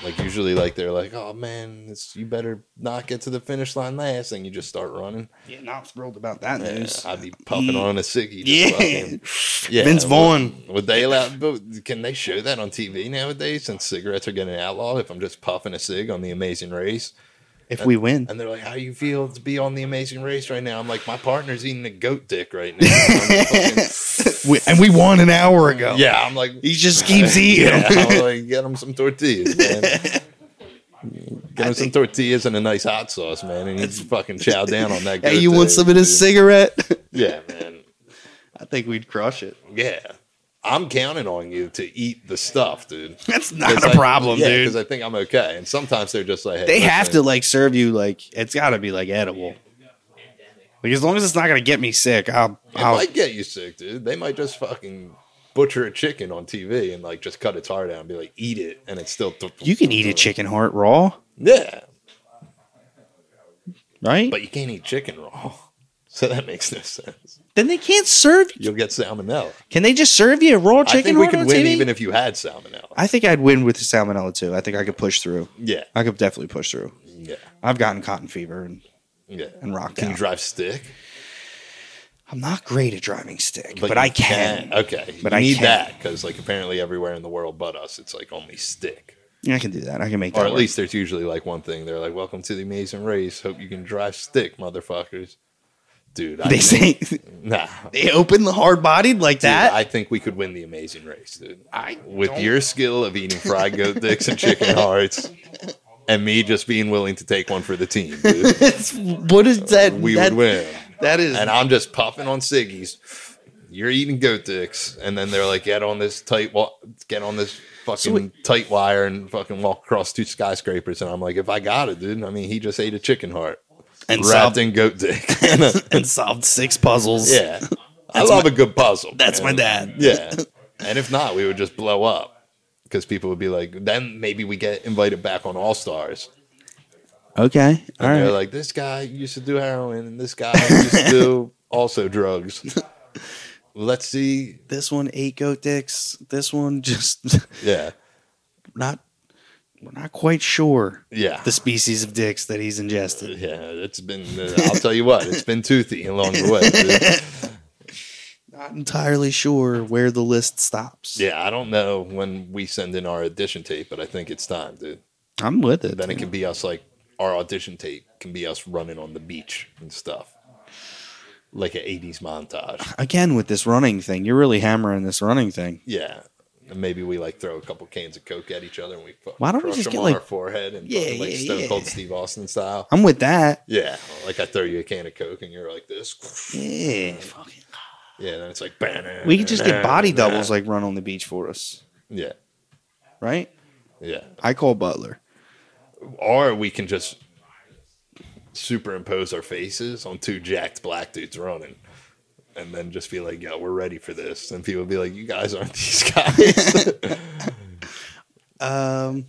Speaker 1: Like usually, like they're like, oh man, it's, you better not get to the finish line last, and you just start running.
Speaker 2: Yeah, not thrilled about that
Speaker 1: Yeah, I'd be puffing on a ciggy. just
Speaker 2: Yeah.
Speaker 1: fucking- yeah,
Speaker 2: Vince
Speaker 1: well-
Speaker 2: Vaughn.
Speaker 1: Would they allow? But can they show that on TV nowadays? Since cigarettes are getting outlawed, if I'm just puffing a cig on the Amazing Race,
Speaker 2: If we win,
Speaker 1: and they're like, "How you feel to be on the Amazing Race right now?" I'm like, "My partner's eating a goat dick right now." I'm fucking-
Speaker 2: we, and we won an hour ago.
Speaker 1: yeah, I'm like,
Speaker 2: he just keeps eating.
Speaker 1: yeah,
Speaker 2: them.
Speaker 1: I'm like, get him some tortillas, man. Get him some tortillas and a nice hot sauce, man, and you just fucking chow down on that.
Speaker 2: hey,
Speaker 1: goat
Speaker 2: you want
Speaker 1: dick,
Speaker 2: some of this
Speaker 1: dude.
Speaker 2: cigarette?
Speaker 1: Yeah, man.
Speaker 2: I think we'd crush it.
Speaker 1: Yeah, I'm counting on you to eat the stuff, dude.
Speaker 2: That's not
Speaker 1: It's
Speaker 2: a
Speaker 1: like-
Speaker 2: problem,
Speaker 1: yeah,
Speaker 2: dude.
Speaker 1: Because I think I'm okay. And sometimes they're just like, hey,
Speaker 2: they have to
Speaker 1: listen,
Speaker 2: like serve you like it's got to be like edible. Like as long as it's not gonna get me sick, I'll.
Speaker 1: It
Speaker 2: I'll
Speaker 1: might get you sick, dude. They might just fucking butcher a chicken on TV and like just cut its heart out and be like, eat it, and it's still.
Speaker 2: you can eat a chicken heart raw,
Speaker 1: Yeah,
Speaker 2: right?
Speaker 1: but you can't eat chicken raw, so that makes no sense.
Speaker 2: then they can't serve.
Speaker 1: You'll get salmonella.
Speaker 2: Can they just serve you a raw
Speaker 1: I
Speaker 2: chicken
Speaker 1: think we
Speaker 2: heart
Speaker 1: could
Speaker 2: on
Speaker 1: win
Speaker 2: TV?
Speaker 1: even if you had salmonella.
Speaker 2: I think I'd win with salmonella too. I think I could push through.
Speaker 1: Yeah,
Speaker 2: I could definitely push through.
Speaker 1: yeah,
Speaker 2: I've gotten cotton fever and,
Speaker 1: yeah.
Speaker 2: and rocked
Speaker 1: Can you
Speaker 2: out.
Speaker 1: drive stick?
Speaker 2: I'm not great at driving stick, but,
Speaker 1: you
Speaker 2: I can.
Speaker 1: Okay,
Speaker 2: But
Speaker 1: you
Speaker 2: I
Speaker 1: need
Speaker 2: can.
Speaker 1: that because like apparently everywhere in the world but us, it's like only stick.
Speaker 2: Yeah, I can do that. I can make that.
Speaker 1: Or at
Speaker 2: work.
Speaker 1: least there's usually like one thing. They're like, "Welcome to the amazing race. Hope you can drive stick, motherfuckers." Dude, I
Speaker 2: they
Speaker 1: think,
Speaker 2: say
Speaker 1: nah.
Speaker 2: they open the hard bodied like
Speaker 1: Dude,
Speaker 2: that.
Speaker 1: I think we could win the amazing race, dude.
Speaker 2: I
Speaker 1: With
Speaker 2: don't-
Speaker 1: your skill of eating fried goat dicks and chicken hearts, and me just being willing to take one for the team, dude,
Speaker 2: It's- what is that?
Speaker 1: we
Speaker 2: that,
Speaker 1: would win.
Speaker 2: That is
Speaker 1: And I'm just puffing on ciggies. You're eating goat dicks, and then they're like, "Get on this tight, wa- get on this fucking tight wire, and fucking walk across two skyscrapers." And I'm like, "If I got it, dude. I mean, he just ate a chicken heart."
Speaker 2: and
Speaker 1: wrapped
Speaker 2: solved,
Speaker 1: in goat dick.
Speaker 2: and solved six puzzles.
Speaker 1: yeah. I love a good puzzle.
Speaker 2: that's my
Speaker 1: man.
Speaker 2: dad.
Speaker 1: Yeah. And if not, we would just blow up because people would be like, then maybe we get invited back on All Stars.
Speaker 2: Okay. All
Speaker 1: And
Speaker 2: right.
Speaker 1: they're like, this guy used to do heroin and this guy used to do also drugs. Let's see.
Speaker 2: this one ate goat dicks. This one just
Speaker 1: Yeah.
Speaker 2: not. We're not quite sure
Speaker 1: Yeah.
Speaker 2: the species of dicks that he's ingested.
Speaker 1: yeah. It's been, uh, I'll tell you what, it's been toothy along the way. dude.
Speaker 2: Not entirely sure where the list stops.
Speaker 1: Yeah. I don't know when we send in our audition tape, but I think it's time, dude.
Speaker 2: I'm with it.
Speaker 1: then it can be us like our audition tape can be us running on the beach and stuff like an 80s montage
Speaker 2: Again with this running thing, you're really hammering this running thing.
Speaker 1: yeah and maybe we like throw a couple cans of coke at each other and we fucking
Speaker 2: Why don't we
Speaker 1: crush
Speaker 2: just
Speaker 1: them
Speaker 2: get,
Speaker 1: on
Speaker 2: like-
Speaker 1: our forehead and
Speaker 2: Yeah,
Speaker 1: fucking, like
Speaker 2: yeah,
Speaker 1: stone
Speaker 2: yeah.
Speaker 1: cold steve austin style
Speaker 2: I'm with that.
Speaker 1: yeah like i throw you a can of coke and you're like this
Speaker 2: Yeah.
Speaker 1: yeah then it's like banner
Speaker 2: We could just get body doubles like run on the beach for us,
Speaker 1: yeah
Speaker 2: right?
Speaker 1: yeah
Speaker 2: I call Butler.
Speaker 1: or we can just superimpose our faces on two jacked black dudes running and then just be like, yo, we're ready for this. And people be like, you guys aren't these guys.
Speaker 2: Um,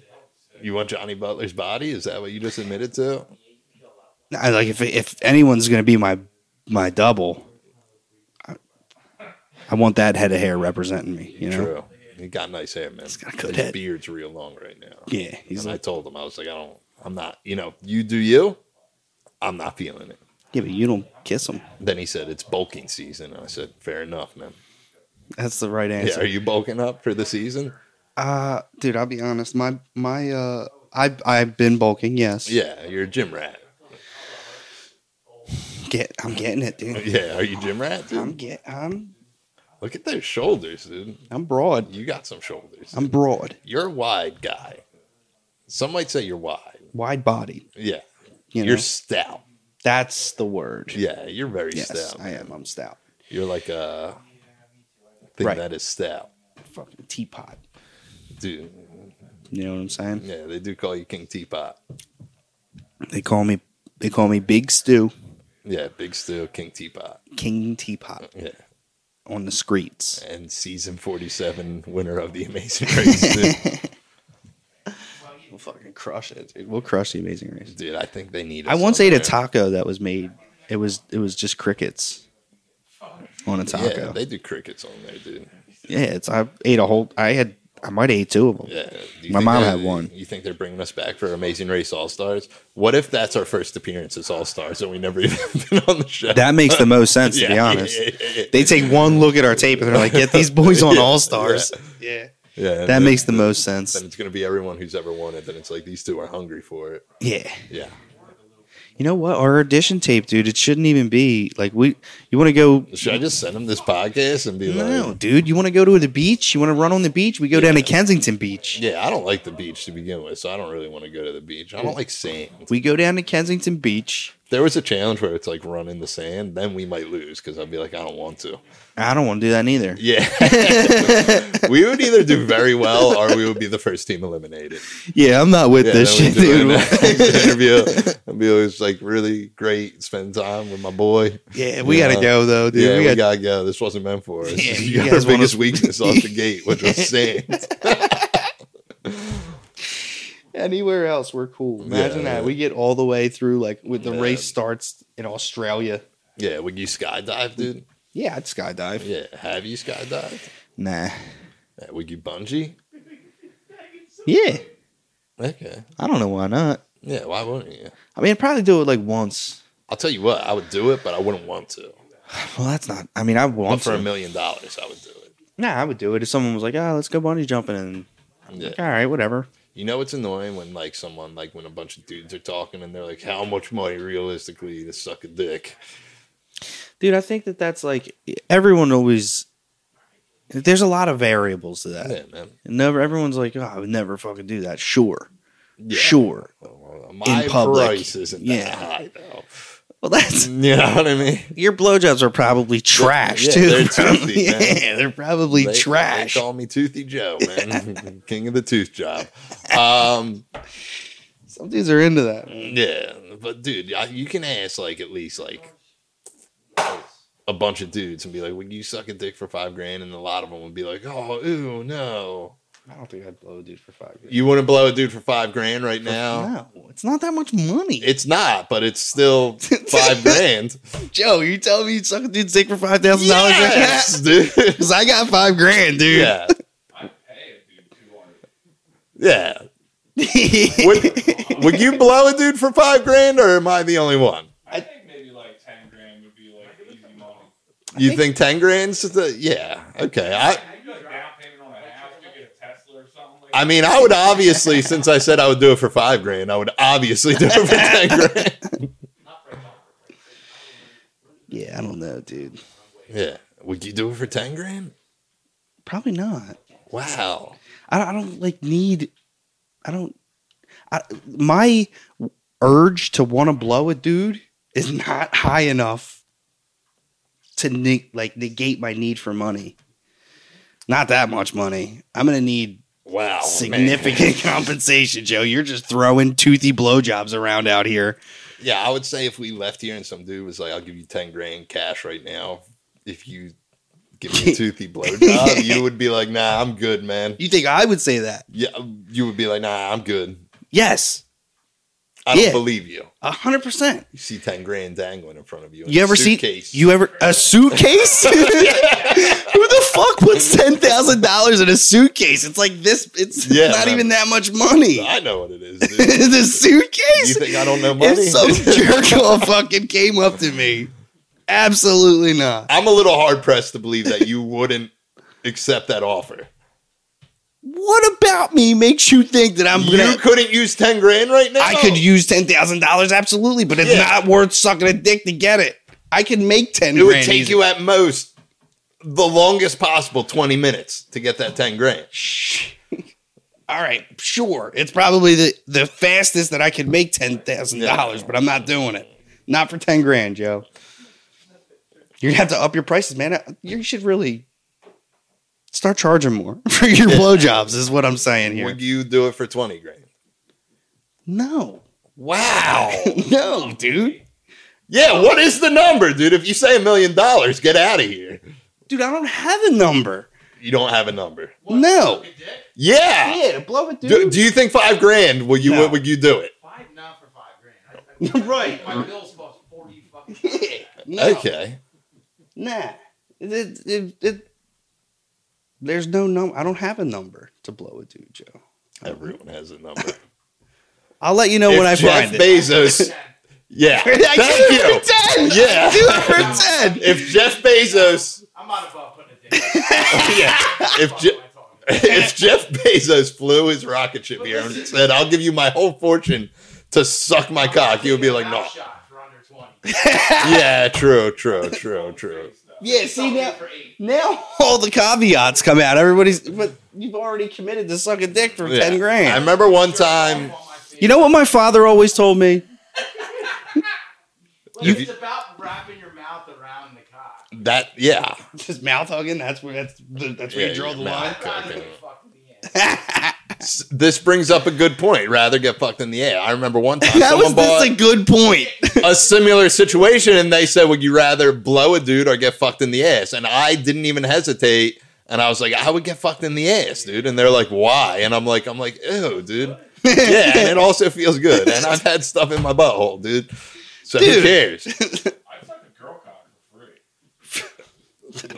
Speaker 1: you want Johnny Butler's body? Is that what you just admitted to?
Speaker 2: I, like if if anyone's gonna be my my double, I, I want that head of hair representing me. You know,
Speaker 1: True. He got nice hair, man.
Speaker 2: got a good
Speaker 1: His
Speaker 2: head.
Speaker 1: beard's real long right now.
Speaker 2: yeah, he's
Speaker 1: and I
Speaker 2: like,
Speaker 1: told him, I was like, I don't, I'm not, you know, you do you. I'm not feeling it.
Speaker 2: yeah, but you don't kiss him.
Speaker 1: Then he said, it's bulking season. And I said, fair enough, man.
Speaker 2: That's the right
Speaker 1: Yeah,
Speaker 2: answer.
Speaker 1: are you bulking up for the season?
Speaker 2: uh, dude, I'll be honest. My my uh, I I've been bulking. Yes,
Speaker 1: Yeah, you're a gym rat.
Speaker 2: Get, I'm getting it, dude.
Speaker 1: Yeah, are you gym rat? Dude?
Speaker 2: I'm get, I'm
Speaker 1: Look at those shoulders, dude.
Speaker 2: I'm broad.
Speaker 1: You got some shoulders.
Speaker 2: I'm broad,
Speaker 1: You're a wide guy. Some might say you're wide.
Speaker 2: wide bodied.
Speaker 1: Yeah. You
Speaker 2: You
Speaker 1: are
Speaker 2: know,
Speaker 1: stout.
Speaker 2: that's the word.
Speaker 1: Yeah, you're very
Speaker 2: yes,
Speaker 1: stout.
Speaker 2: I am. I'm stout.
Speaker 1: You're like a thing
Speaker 2: Right.
Speaker 1: that is stout.
Speaker 2: Fucking teapot.
Speaker 1: Dude,
Speaker 2: You know what I'm saying?
Speaker 1: yeah, they do call you King Teapot.
Speaker 2: They call me they call me Big Stew,
Speaker 1: Yeah, Big Steel, King Teapot.
Speaker 2: King Teapot
Speaker 1: Yeah.
Speaker 2: on the streets.
Speaker 1: And season 47 winner of The Amazing Race. Dude,
Speaker 2: We'll fucking crush it, dude. We'll crush the amazing race.
Speaker 1: Dude, I think they need us
Speaker 2: I once
Speaker 1: on
Speaker 2: ate a
Speaker 1: there.
Speaker 2: taco that was made it was it was just crickets on
Speaker 1: Yeah,
Speaker 2: a taco. Yeah,
Speaker 1: they do crickets on there, dude.
Speaker 2: it's I ate a whole I had I might have ate two of them.
Speaker 1: Yeah. Uh, Do you
Speaker 2: My
Speaker 1: think
Speaker 2: mom
Speaker 1: they-
Speaker 2: had one.
Speaker 1: You think they're bringing us back for Amazing Race All Stars? What if that's our first appearance as All Stars and we never even been on the show?
Speaker 2: That makes the most sense
Speaker 1: Yeah,
Speaker 2: to be honest.
Speaker 1: yeah, yeah, yeah.
Speaker 2: They take one look at our tape and they're like, "Get these boys on All Stars." Yeah.
Speaker 1: Yeah, and
Speaker 2: That
Speaker 1: then-
Speaker 2: makes the most sense.
Speaker 1: Then it's gonna be everyone who's ever won it. Then it's like these two are hungry for it.
Speaker 2: Yeah.
Speaker 1: Yeah,
Speaker 2: You know what? Our audition tape, dude. It shouldn't even be like we. You want to go
Speaker 1: should I just send them this podcast and be
Speaker 2: No,
Speaker 1: like,
Speaker 2: dude. You want to go to the beach? You want to run on the beach? We go down to Kensington Beach.
Speaker 1: yeah, I don't like the beach to begin with, so I don't really want to go to the beach. I don't like sand.
Speaker 2: We go down to Kensington Beach.
Speaker 1: If there was a challenge where it's like run in the sand, then we might lose because I'd be like, I don't want to.
Speaker 2: I don't want to do that neither.
Speaker 1: Yeah, we would either do very well or we would be the first team eliminated.
Speaker 2: Yeah, I'm not with
Speaker 1: Yeah,
Speaker 2: this
Speaker 1: then
Speaker 2: shit,
Speaker 1: we do
Speaker 2: dude.
Speaker 1: an interview. It'd be always like really great. Spend time with my boy.
Speaker 2: yeah, we
Speaker 1: Yeah.
Speaker 2: gotta go though, dude.
Speaker 1: yeah,
Speaker 2: we
Speaker 1: we,
Speaker 2: gotta,
Speaker 1: gotta go. This wasn't meant for us.
Speaker 2: Yeah,
Speaker 1: you
Speaker 2: you
Speaker 1: got our
Speaker 2: guys wanna-
Speaker 1: biggest weakness off the gate, which was sand.
Speaker 2: anywhere else. We're cool. Imagine
Speaker 1: Yeah.
Speaker 2: that. We get all the way through like with the
Speaker 1: Yeah.
Speaker 2: race starts in Australia.
Speaker 1: Yeah, would you skydive, dude?
Speaker 2: Yeah, I'd skydive.
Speaker 1: Yeah, have you skydived?
Speaker 2: Nah.
Speaker 1: Yeah, would you bungee?
Speaker 2: Yeah,
Speaker 1: Okay.
Speaker 2: I don't know why not.
Speaker 1: Yeah, why wouldn't you?
Speaker 2: I mean, I'd probably do it like once.
Speaker 1: I'll tell you what, I would do it, but I wouldn't want to.
Speaker 2: Well, that's not. I mean, I
Speaker 1: But
Speaker 2: want
Speaker 1: for a
Speaker 2: to.
Speaker 1: million dollars, I would do it.
Speaker 2: "Ah, Nah, I would do it if someone was like, "Oh, let's go bungee jumping," and
Speaker 1: Yeah.
Speaker 2: all right, whatever.
Speaker 1: You know it's annoying when like someone like when a bunch of dudes are talking and they're like, "How much money realistically to suck a dick?"
Speaker 2: dude i think that that's like everyone always there's a lot of variables to that
Speaker 1: Yeah, man.
Speaker 2: never everyone's like oh i would never fucking do that sure
Speaker 1: Yeah.
Speaker 2: sure
Speaker 1: Well, My
Speaker 2: public.
Speaker 1: price isn't
Speaker 2: Yeah.
Speaker 1: that high though.
Speaker 2: well that's
Speaker 1: You know what I mean?
Speaker 2: your blowjobs are probably trash
Speaker 1: yeah,
Speaker 2: too
Speaker 1: they're toothy,
Speaker 2: yeah
Speaker 1: man.
Speaker 2: they're probably
Speaker 1: They-
Speaker 2: trash
Speaker 1: They call me Toothy Joe, man, king of the tooth job. Um,
Speaker 2: some dudes are into that
Speaker 1: yeah, but dude, I, you can ask like at least like a bunch of dudes and be like, "Would you suck a dick for five grand?" And a lot of them would be like, "Oh, ooh, no."
Speaker 2: i don't think i'd blow a dude for five years
Speaker 1: You wouldn't blow a dude for five grand right now.
Speaker 2: no it's not that much money
Speaker 1: It's not, but it's still five grand.
Speaker 2: joe you telling me you'd suck a dude's dick for five thousand
Speaker 1: Yes, dude.
Speaker 2: because i got five grand dude
Speaker 1: Yeah,
Speaker 3: I'd pay a dude two hundred.
Speaker 1: yeah. Would, would you blow a dude for five grand, or am I the only one?
Speaker 3: I think maybe like ten grand would be like easy money.
Speaker 1: You think, ten grand's the yeah? Okay, I
Speaker 3: I'd be like down payment on a house to get a Tesla or something. Like
Speaker 1: I mean I would obviously since I said I would do it for five grand, I would obviously do it for ten grand.
Speaker 2: yeah i don't know dude
Speaker 1: Yeah, would you do it for ten grand?
Speaker 2: probably not
Speaker 1: Wow.
Speaker 2: I don't, I don't like need. I don't. I, my urge to want to blow a dude is not high enough to ne- like negate my need for money. Not that much money. I'm gonna need
Speaker 1: Wow.
Speaker 2: significant compensation, Joe. You're just throwing toothy blowjobs around out here.
Speaker 1: man. Yeah, I would say if we left here and some dude was like, "I'll give you ten grand cash right now if you give me a toothy blowjob," you would be like, "Nah, I'm good, man."
Speaker 2: You think I would say that?
Speaker 1: Yeah, you would be like, "Nah, I'm good.
Speaker 2: Yes,
Speaker 1: I don't
Speaker 2: Yeah.
Speaker 1: believe you."
Speaker 2: a hundred percent.
Speaker 1: You see ten grand dangling in front of you. in
Speaker 2: You
Speaker 1: a
Speaker 2: ever see
Speaker 1: suitcase.
Speaker 2: you ever a suitcase? Who the fuck puts ten thousand dollars in a suitcase? It's like this. It's
Speaker 1: Yeah,
Speaker 2: not
Speaker 1: man.
Speaker 2: even that much money.
Speaker 1: I know what it is. Dude.
Speaker 2: the
Speaker 1: You
Speaker 2: suitcase.
Speaker 1: think I don't know money?
Speaker 2: If some jerk off fucking came up to me, absolutely not.
Speaker 1: I'm a little hard pressed to believe that you wouldn't accept that offer.
Speaker 2: What about me makes you think that I'm
Speaker 1: You
Speaker 2: gonna?
Speaker 1: couldn't use ten grand right now.
Speaker 2: I could use ten thousand dollars absolutely, but it's
Speaker 1: Yeah.
Speaker 2: not worth sucking a dick to get it. I could make ten.
Speaker 1: It would
Speaker 2: grand
Speaker 1: take
Speaker 2: easy.
Speaker 1: you at most the longest possible twenty minutes to get that ten grand.
Speaker 2: all right, sure. It's probably the, the fastest that I could make ten thousand dollars, but I'm not doing it. Not for ten grand, Joe. You're gonna have to up your prices, man. You should really start charging more for your blowjobs, is what I'm saying here.
Speaker 1: Would you do it for twenty grand?
Speaker 2: No.
Speaker 1: Wow.
Speaker 2: No, dude.
Speaker 1: yeah. What is the number, dude? If you say a million dollars, get out of here.
Speaker 2: Dude, I don't have a number.
Speaker 1: You don't have a number.
Speaker 3: What,
Speaker 2: No.
Speaker 3: suck a dick?
Speaker 1: Yeah.
Speaker 2: to blow it,
Speaker 1: Do, do you think five grand? Will you?
Speaker 2: No.
Speaker 1: Would you do it?
Speaker 3: Five not for five grand. I, I,
Speaker 2: Right.
Speaker 3: My bill's cost forty fucking.
Speaker 2: no.
Speaker 1: Okay.
Speaker 2: Nah. It- it- it- it- there's no number. I don't have a number to blow a dude, Joe.
Speaker 1: Everyone has a number.
Speaker 2: I'll let you know
Speaker 1: If
Speaker 2: when I
Speaker 1: Jeff
Speaker 2: find it.
Speaker 1: Bezos. Yeah.
Speaker 2: I
Speaker 1: Thank
Speaker 2: do
Speaker 1: you.
Speaker 2: it for 10.
Speaker 1: Yeah.
Speaker 2: I do it for 10.
Speaker 1: If Jeff Bezos,
Speaker 3: I'm not above putting a dick. in
Speaker 1: yeah,
Speaker 3: the
Speaker 1: if
Speaker 3: fuck
Speaker 1: Je-
Speaker 3: am I talking about?
Speaker 1: if Jeff Bezos flew his rocket ship here and said, "I'll give you my whole fortune to suck my cock," you would be like, "No,
Speaker 3: Mouth shot for under 20.
Speaker 1: yeah, true, true, true, true."
Speaker 2: Yeah, see
Speaker 3: They sold me
Speaker 2: now-
Speaker 3: for eight.
Speaker 2: Now all the caveats come out. Everybody's, but you've already committed to suck a dick for
Speaker 1: Yeah.
Speaker 2: 10 grand.
Speaker 1: I remember one
Speaker 3: Sure, I'm
Speaker 1: time.
Speaker 3: on my feet.
Speaker 2: you know what my father always told me?
Speaker 3: Like,
Speaker 1: you-
Speaker 3: it's about wrapping your mouth around the cock.
Speaker 1: That yeah,
Speaker 2: Just mouth hugging. That's where that's the- that's where
Speaker 1: Yeah,
Speaker 2: you draw the
Speaker 1: your
Speaker 2: line.
Speaker 1: mouth.
Speaker 3: Rather
Speaker 1: Okay.
Speaker 3: than fuck in the ass.
Speaker 1: S- this brings up a good point. Rather get fucked in the air. I remember one time
Speaker 2: That was
Speaker 1: someone
Speaker 2: that's a
Speaker 1: bought
Speaker 2: good point.
Speaker 1: a similar situation, and they said, "Would you rather blow a dude or get fucked in the ass?" And I didn't even hesitate. And I was like, I would get fucked in the ass, dude. And they're like, why? And I'm like, I'm like, ew, dude. yeah, and it also feels good. And I've had stuff in my butthole, dude. So who
Speaker 2: Dude.
Speaker 1: cares?
Speaker 3: I suck a girl cock for free.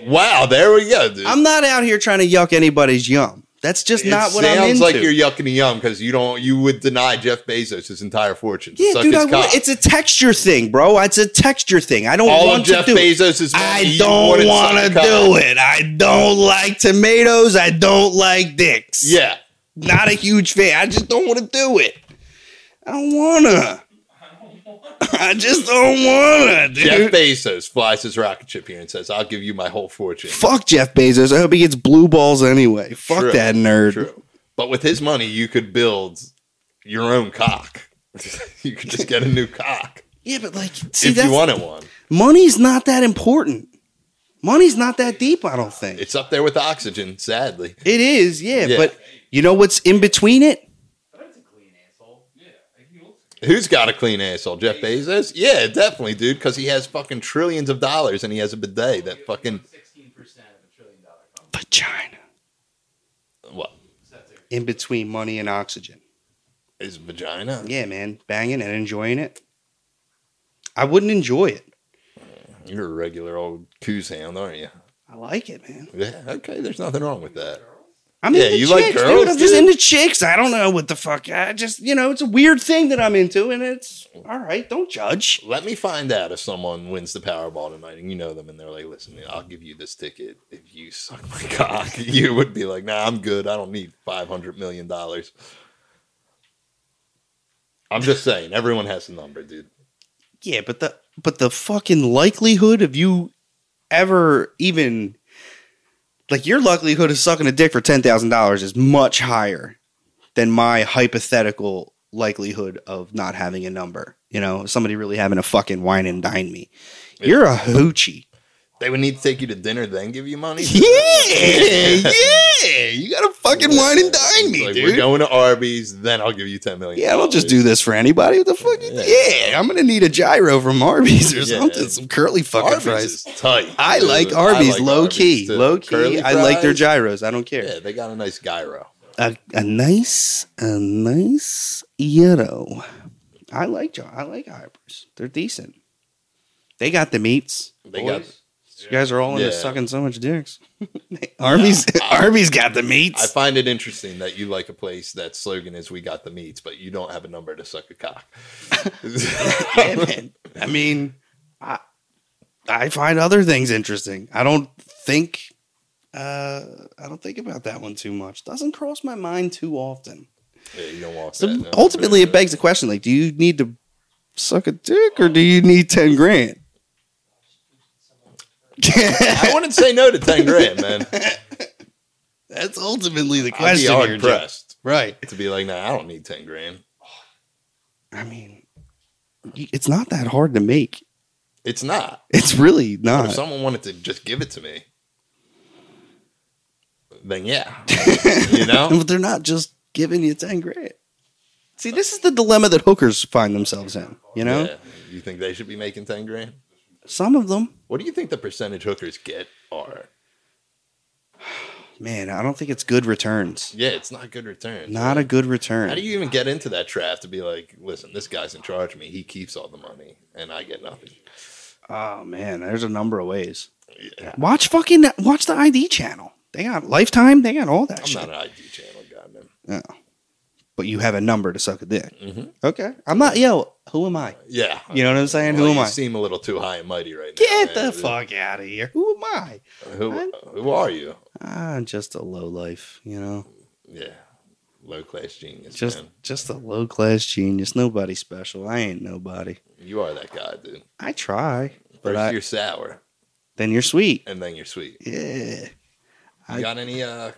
Speaker 1: Wow, there we go, dude.
Speaker 2: I'm not out here trying to yuck anybody's yum. That's just
Speaker 1: It
Speaker 2: not what
Speaker 1: sounds
Speaker 2: I'm into.
Speaker 1: like you're yucking a yum because you don't. You would deny Jeff Bezos his entire fortune. to
Speaker 2: yeah,
Speaker 1: suck
Speaker 2: dude,
Speaker 1: his
Speaker 2: I
Speaker 1: cock.
Speaker 2: would, it's a texture thing, bro. It's a texture thing. I don't
Speaker 1: all
Speaker 2: want
Speaker 1: of Jeff
Speaker 2: to do it.
Speaker 1: Bezos' money.
Speaker 2: I
Speaker 1: you
Speaker 2: don't
Speaker 1: wouldn't suck
Speaker 2: want
Speaker 1: a
Speaker 2: to
Speaker 1: cock.
Speaker 2: do it. I don't like tomatoes. I don't like dicks.
Speaker 1: Yeah,
Speaker 2: not a huge fan. I just don't want to do it. I don't wanna. I just don't wanna, dude.
Speaker 1: Jeff Bezos flies his rocket ship here and says, I'll give you my whole fortune.
Speaker 2: Fuck Jeff Bezos. I hope he gets blue balls anyway. Fuck
Speaker 1: True,
Speaker 2: that nerd.
Speaker 1: True. But with his money, you could build your own cock. you could just get a new cock
Speaker 2: Yeah, but like, see,
Speaker 1: if you
Speaker 2: that's,
Speaker 1: wanted one.
Speaker 2: money's not that important. Money's not that deep, I don't think.
Speaker 1: It's up there with oxygen, sadly.
Speaker 2: It is, yeah,
Speaker 1: Yeah.
Speaker 2: but you know what's in between it?
Speaker 4: That's a clean asshole.
Speaker 3: Yeah, he looks.
Speaker 1: Who's got a clean asshole? Jeff Bezos? Yeah, definitely, dude, because he has fucking trillions of dollars and he has a bidet that fucking.
Speaker 4: 16% of a trillion dollar company.
Speaker 2: Vagina.
Speaker 1: What?
Speaker 4: So that's a-
Speaker 2: In between money and oxygen.
Speaker 1: His vagina?
Speaker 2: Yeah, man. Banging and enjoying it. I wouldn't enjoy it.
Speaker 1: You're a regular old coos hound, aren't you?
Speaker 2: I like it, man.
Speaker 1: Yeah, okay, there's nothing wrong with that.
Speaker 2: I'm
Speaker 1: Yeah,
Speaker 2: into
Speaker 1: you like
Speaker 2: chicks,
Speaker 1: girls,
Speaker 2: dude. I'm just
Speaker 1: dude?
Speaker 2: into chicks. I don't know what the fuck. I just, you know, it's a weird thing that I'm into, and it's all right. Don't judge.
Speaker 1: Let me find out if someone wins the Powerball tonight and you know them and they're like, listen, I'll give you this ticket if you suck my cock. You would be like, nah, I'm good. I don't need $500 million. I'm just saying, everyone has a number, dude.
Speaker 2: Yeah, but the but the fucking likelihood of you ever even like your likelihood of sucking a dick for ten thousand dollars is much higher than my hypothetical likelihood of not having a number. You know, somebody really having a fucking wine and dine me. You're a hoochie.
Speaker 1: They would need to take you to dinner, then give you money.
Speaker 2: Yeah, yeah. You gotta fucking wine and dine me,
Speaker 1: Like,
Speaker 2: dude.
Speaker 1: We're going to Arby's, then I'll give you $10 million.
Speaker 2: Yeah, I don't just do this for anybody. What the fuck? you-
Speaker 1: Yeah.
Speaker 2: Yeah, I'm gonna need a gyro from Arby's or
Speaker 1: Yeah.
Speaker 2: something. Some curly fucking
Speaker 1: Arby's
Speaker 2: fries.
Speaker 1: is tight.
Speaker 2: I
Speaker 1: dude.
Speaker 2: like
Speaker 1: I
Speaker 2: Arby's,
Speaker 1: like
Speaker 2: low
Speaker 1: Arby's,
Speaker 2: key,
Speaker 1: too.
Speaker 2: low key.
Speaker 1: Curly
Speaker 2: I like their
Speaker 1: fries.
Speaker 2: gyros. I don't care.
Speaker 1: Yeah, they got a nice gyro.
Speaker 2: A, a nice, a nice gyro. I like gyro. I like Arby's. They're decent. They got the meats.
Speaker 1: They
Speaker 2: Boys,
Speaker 1: got
Speaker 2: You guys are all in there
Speaker 1: Yeah.
Speaker 2: sucking so much dicks. Arby's, Arby's got the
Speaker 1: I
Speaker 2: meats.
Speaker 1: find it interesting that you like a place that slogan is "We got the meats," but you don't have a number to suck a cock.
Speaker 2: Yeah, man. I mean, I I find other things interesting. I don't think uh, I don't think about that one too much. Doesn't cross my mind too often.
Speaker 1: Yeah, you don't want
Speaker 2: So
Speaker 1: that. no.
Speaker 2: ultimately, it begs the question: like, do you need to suck a dick or do you need ten grand?
Speaker 1: I wouldn't say no to ten grand, man.
Speaker 2: That's ultimately the
Speaker 1: I'd be
Speaker 2: question. here,
Speaker 1: hard
Speaker 2: Jeff.
Speaker 1: pressed
Speaker 2: right?
Speaker 1: to be like, "Nah, I don't need ten grand."
Speaker 2: I mean, y- it's not that hard to make.
Speaker 1: It's not.
Speaker 2: It's really
Speaker 1: But if
Speaker 2: not.
Speaker 1: someone wanted to just give it to me, then yeah, you know.
Speaker 2: But they're not just giving you ten grand. See, this is the dilemma that hookers find themselves in. You know,
Speaker 1: Yeah. You think they should be making ten grand?
Speaker 2: some of them.
Speaker 1: What do you think the percentage hookers get are?
Speaker 2: Man, I don't think it's good returns.
Speaker 1: Yeah, it's not good return.
Speaker 2: Not a good return.
Speaker 1: How do you even get into that trap to be like, listen, this guy's in charge of me. He keeps all the money, and I get nothing.
Speaker 2: oh man, there's a number of ways.
Speaker 1: Yeah.
Speaker 2: Watch fucking watch the ID channel. They got Lifetime. They got all that
Speaker 1: I'm
Speaker 2: shit.
Speaker 1: not an ID channel guy, man.
Speaker 2: but you have a number to suck a dick.
Speaker 1: Mhm.
Speaker 2: Okay, I'm not. Yo, who am I?
Speaker 1: Yeah,
Speaker 2: You know what I'm saying?
Speaker 1: Well,
Speaker 2: who am
Speaker 1: you
Speaker 2: I?
Speaker 1: Seem a little too high and mighty right now.
Speaker 2: Get
Speaker 1: man.
Speaker 2: the fuck out of here. Who am I?
Speaker 1: Who who are you?
Speaker 2: I'm just a low life. You know,
Speaker 1: Yeah, low class genius.
Speaker 2: just
Speaker 1: man.
Speaker 2: just a low class genius. Nobody special. I ain't nobody.
Speaker 1: you are that guy, dude.
Speaker 2: I try, but
Speaker 1: First
Speaker 2: I,
Speaker 1: you're sour,
Speaker 2: then you're sweet.
Speaker 1: and then you're sweet.
Speaker 2: Yeah.
Speaker 1: You
Speaker 2: I-
Speaker 1: got any uh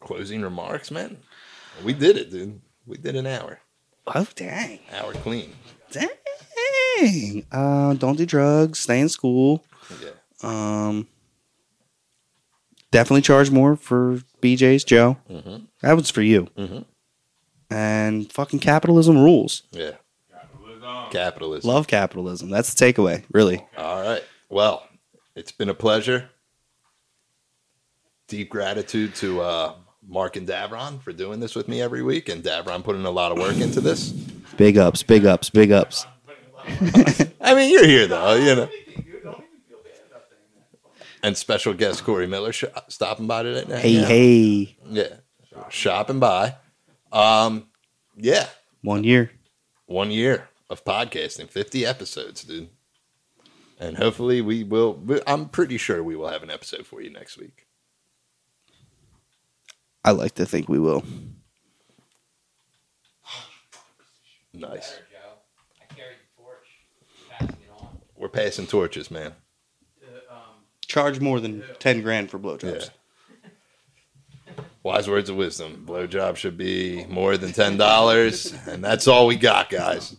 Speaker 1: closing remarks, man? We did it, dude. We did an hour,
Speaker 2: Oh dang,
Speaker 1: hour clean.
Speaker 2: dang. Uh, don't do drugs. Stay in school.
Speaker 1: Yeah.
Speaker 2: Um, definitely charge more for BJ's, Joe.
Speaker 1: Mm-hmm.
Speaker 2: That was for you.
Speaker 1: Mhm.
Speaker 2: And fucking capitalism rules.
Speaker 1: Yeah.
Speaker 3: Capitalism.
Speaker 1: Capitalism.
Speaker 2: Love capitalism. That's the takeaway, really.
Speaker 1: All right. Well, it's been a pleasure. Deep gratitude to uh, Mark and Davron for doing this with me every week. And Davron put in a lot of work into this.
Speaker 2: Big ups, big ups, big ups.
Speaker 1: I mean, you're here though, you know. And special guest Corey Miller sh- stopping by today.
Speaker 2: Hey,
Speaker 1: yeah.
Speaker 2: hey.
Speaker 1: yeah, shopping by. Um, yeah,
Speaker 2: One year.
Speaker 1: one year of podcasting, 50 episodes, dude. And hopefully we will, we- I'm pretty sure we will have an episode for you next week.
Speaker 2: I like to think we will.
Speaker 1: Nice.
Speaker 4: Better, Joe. I carried the torch. Passing it on.
Speaker 1: We're passing torches, man.
Speaker 4: Uh, um,
Speaker 2: Charge more than ten grand for blowjobs.
Speaker 1: Yeah. Wise words of wisdom. Blowjob should be more than ten dollars, and that's all we got, guys.